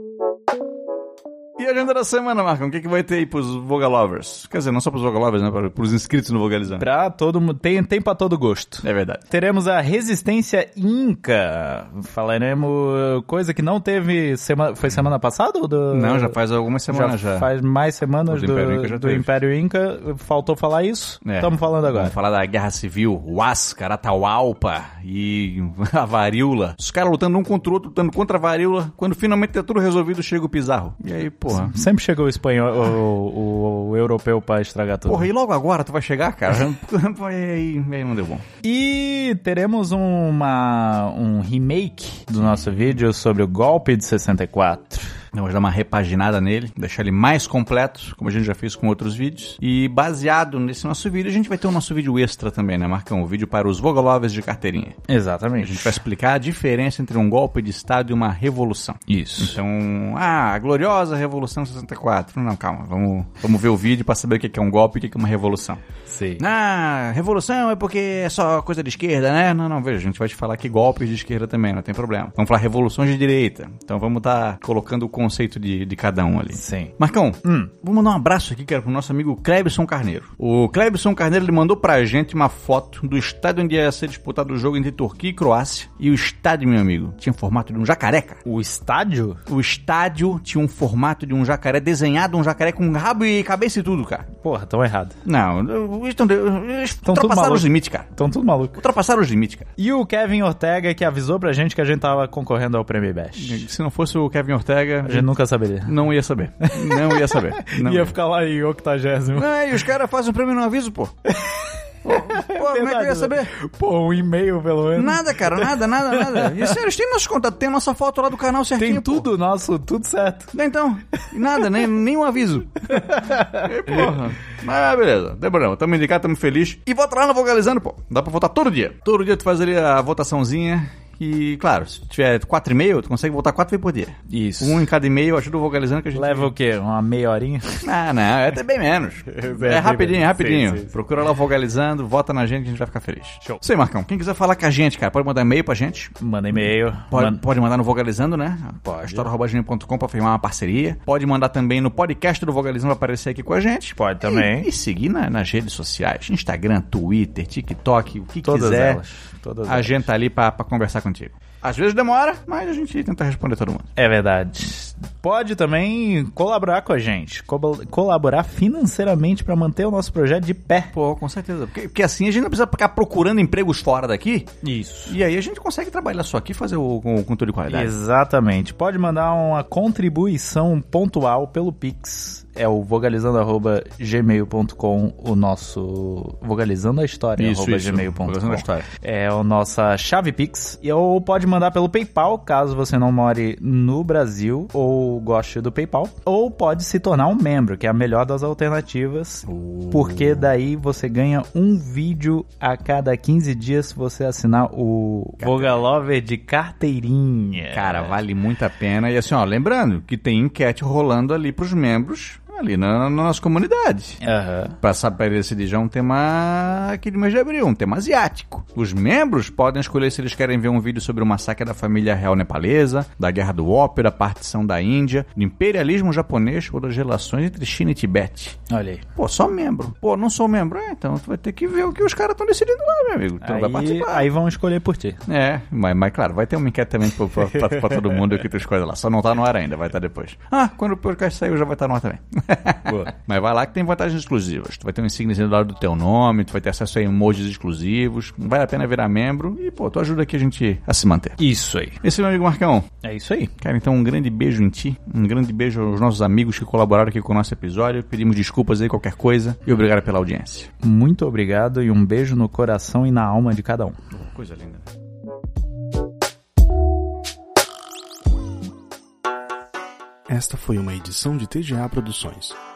S2: E a agenda da semana, Marcão? O que, que vai ter aí pros Vogalovers? Quer dizer, não só pros Vogalovers, né? Para, pros inscritos no Vogalizando.
S1: Pra todo mundo. Tem, tem pra todo gosto.
S2: É verdade.
S1: Teremos a Resistência Inca. Falaremos uh, coisa que não teve semana. Foi semana passada? Ou do...
S2: Não, já faz algumas semanas já.
S1: Faz mais semanas
S2: Do
S1: do,
S2: Império Inca já
S1: do
S2: teve.
S1: Império Inca. Faltou falar isso?
S2: É.
S1: Estamos falando agora.
S2: Vamos falar da Guerra Civil, Huáscar, Atahualpa e a varíola. Os caras lutando um contra o outro, lutando contra a varíola. Quando finalmente tá tudo resolvido, chega o Pizarro. E aí, porra.
S1: Sempre chega o espanhol, o, o- o europeu pra estragar tudo.
S2: Porra, e logo agora tu vai chegar, cara? e aí, e aí não deu bom.
S1: E teremos uma, um remake do nosso vídeo sobre o golpe de 64.
S2: Vamos dar uma repaginada nele, deixar ele mais completo, como a gente já fez com outros vídeos. E baseado nesse nosso vídeo, a gente vai ter um nosso vídeo extra também, né, Marcão? O vídeo para os Vogolovers de carteirinha. A gente
S1: Exatamente.
S2: vai explicar a diferença entre um golpe de Estado e uma revolução.
S1: Isso.
S2: Então, ah, a gloriosa Revolução 64. Não, calma, vamos, vamos ver o vídeo pra saber o que que é um golpe e o que que é uma revolução.
S1: Sim.
S2: Ah, revolução é porque é só coisa de esquerda, né? Não, não, veja, a gente vai te falar que golpes de esquerda também, não tem problema. Vamos falar revoluções de direita. Então vamos estar colocando o conceito de, de cada um ali.
S1: Sim.
S2: Marcão, vamos mandar um abraço aqui, cara, pro nosso amigo Clebson Carneiro. O Clebson Carneiro, ele mandou pra gente uma foto do estádio onde ia ser disputado o jogo entre Turquia e Croácia. E o estádio, meu amigo, tinha formato de um jacaré, cara.
S1: O estádio?
S2: O estádio tinha um formato de um jacaré, desenhado um jacaré com rabo e cabeça e tudo, cara.
S1: Porra, tão errado.
S2: Não, eles estão. Eles
S1: tudo
S2: ultrapassaram
S1: maluco.
S2: os limites, cara.
S1: Tão tudo maluco.
S2: Ultrapassaram os limites, cara.
S1: E o Kevin Ortega que avisou pra gente que a gente tava concorrendo ao Prêmio Best.
S2: Se não fosse o Kevin Ortega,
S1: A gente nunca saberia.
S2: não ia saber. Não ia saber. Não
S1: Ia ficar lá em octagésimo.
S2: Não, É, e os caras fazem o prêmio e não aviso, pô. Pô, como é que eu ia
S1: Verdade,
S2: saber?
S1: Pô, um e-mail pelo menos.
S2: Nada, cara, nada, nada, nada. E sério, tem nossos contatos, tem a nossa foto lá do canal certinho.
S1: Tem
S2: pô.
S1: tudo nosso, tudo certo.
S2: Então, nada, nem, nem um aviso. E, porra. Mas beleza, não tem problema. Tamo indicado, tamo feliz. E vota lá no Vocalizando, pô. Dá pra votar todo dia. Todo dia tu faz ali a votaçãozinha. E, claro, se tiver 4,5, tu consegue votar 4 vezes por dia.
S1: Isso.
S2: Um em cada e-mail ajuda o Vocalizando que a gente...
S1: Leva o quê? Uma meia horinha?
S2: Ah, não, é até bem menos. É, rapidinho, é rapidinho.
S1: Sim, sim, sim.
S2: Procura lá o Vocalizando, vota na gente que a gente vai ficar feliz.
S1: Show.
S2: Sei, Marcão. Quem quiser falar com a gente, cara, pode mandar e-mail pra gente.
S1: Manda e-mail.
S2: Pode,
S1: manda-
S2: pode mandar no Vogalizando, né? História.com pra firmar uma parceria. Pode mandar também no podcast do Vogalizando pra aparecer aqui com a gente.
S1: Pode também.
S2: E, e seguir na- nas redes sociais: Instagram, Twitter, TikTok, o que
S1: Todas
S2: quiser.
S1: elas. Todas
S2: A gente tá ali pra, pra conversar contigo. Às vezes demora, mas a gente tenta responder todo mundo.
S1: É verdade. Pode também colaborar com a gente, col- colaborar financeiramente para manter o nosso projeto de pé.
S2: Pô, com certeza. Porque, porque assim a gente não precisa ficar procurando empregos fora daqui.
S1: Isso.
S2: E aí a gente consegue trabalhar só aqui e fazer o, o conteúdo de qualidade.
S1: Exatamente. Pode mandar uma contribuição pontual pelo Pix. É o vogalizando@gmail.com, o nosso vogalizando a história arroba gmail.com.
S2: Progressão da história.
S1: É a nossa chave Pix. E ou pode mandar pelo PayPal, caso você não more no Brasil ou goste do PayPal. Ou pode se tornar um membro, que é a melhor das alternativas. Porque daí você ganha um vídeo a cada 15 dias se você assinar o Vogalover de carteirinha.
S2: Cara, vale muito a pena. E assim, ó, lembrando que tem enquete rolando ali pros membros, ali na, na nossa comunidade.
S1: Aham.
S2: Pra saber decidir já um tema aqui de mês de abril, um tema asiático. Os membros podem escolher se eles querem ver um vídeo sobre o massacre da família real nepalesa, da guerra do ópio, da partição da Índia, do imperialismo japonês ou das relações entre China e Tibete.
S1: Olha aí.
S2: Pô, só membro. Pô, não sou membro. É, então tu vai ter que ver o que os caras estão decidindo lá, meu amigo. Tu não vai
S1: Aí,
S2: participar.
S1: aí vão escolher por ti.
S2: É, mas, mas claro, vai ter uma enquete também pra, pra- pra- pra todo mundo aqui outras coisas lá. Só não tá no ar ainda, vai estar depois. Ah, quando o podcast saiu já vai estar no ar também. mas vai lá que tem vantagens exclusivas. Tu vai ter um insignizinho do lado do teu nome, tu vai ter acesso a emojis exclusivos. Vale a pena virar membro e, pô, tu ajuda aqui a gente a se manter.
S1: Isso aí.
S2: Esse é meu amigo Marcão.
S1: É isso aí.
S2: Cara, então um grande beijo em ti, um grande beijo aos nossos amigos que colaboraram aqui com o nosso episódio. Pedimos desculpas aí, qualquer coisa. E obrigado pela audiência.
S1: Muito obrigado e um beijo no coração e na alma de cada um.
S2: Coisa linda.
S3: Esta foi uma edição de TGA Produções.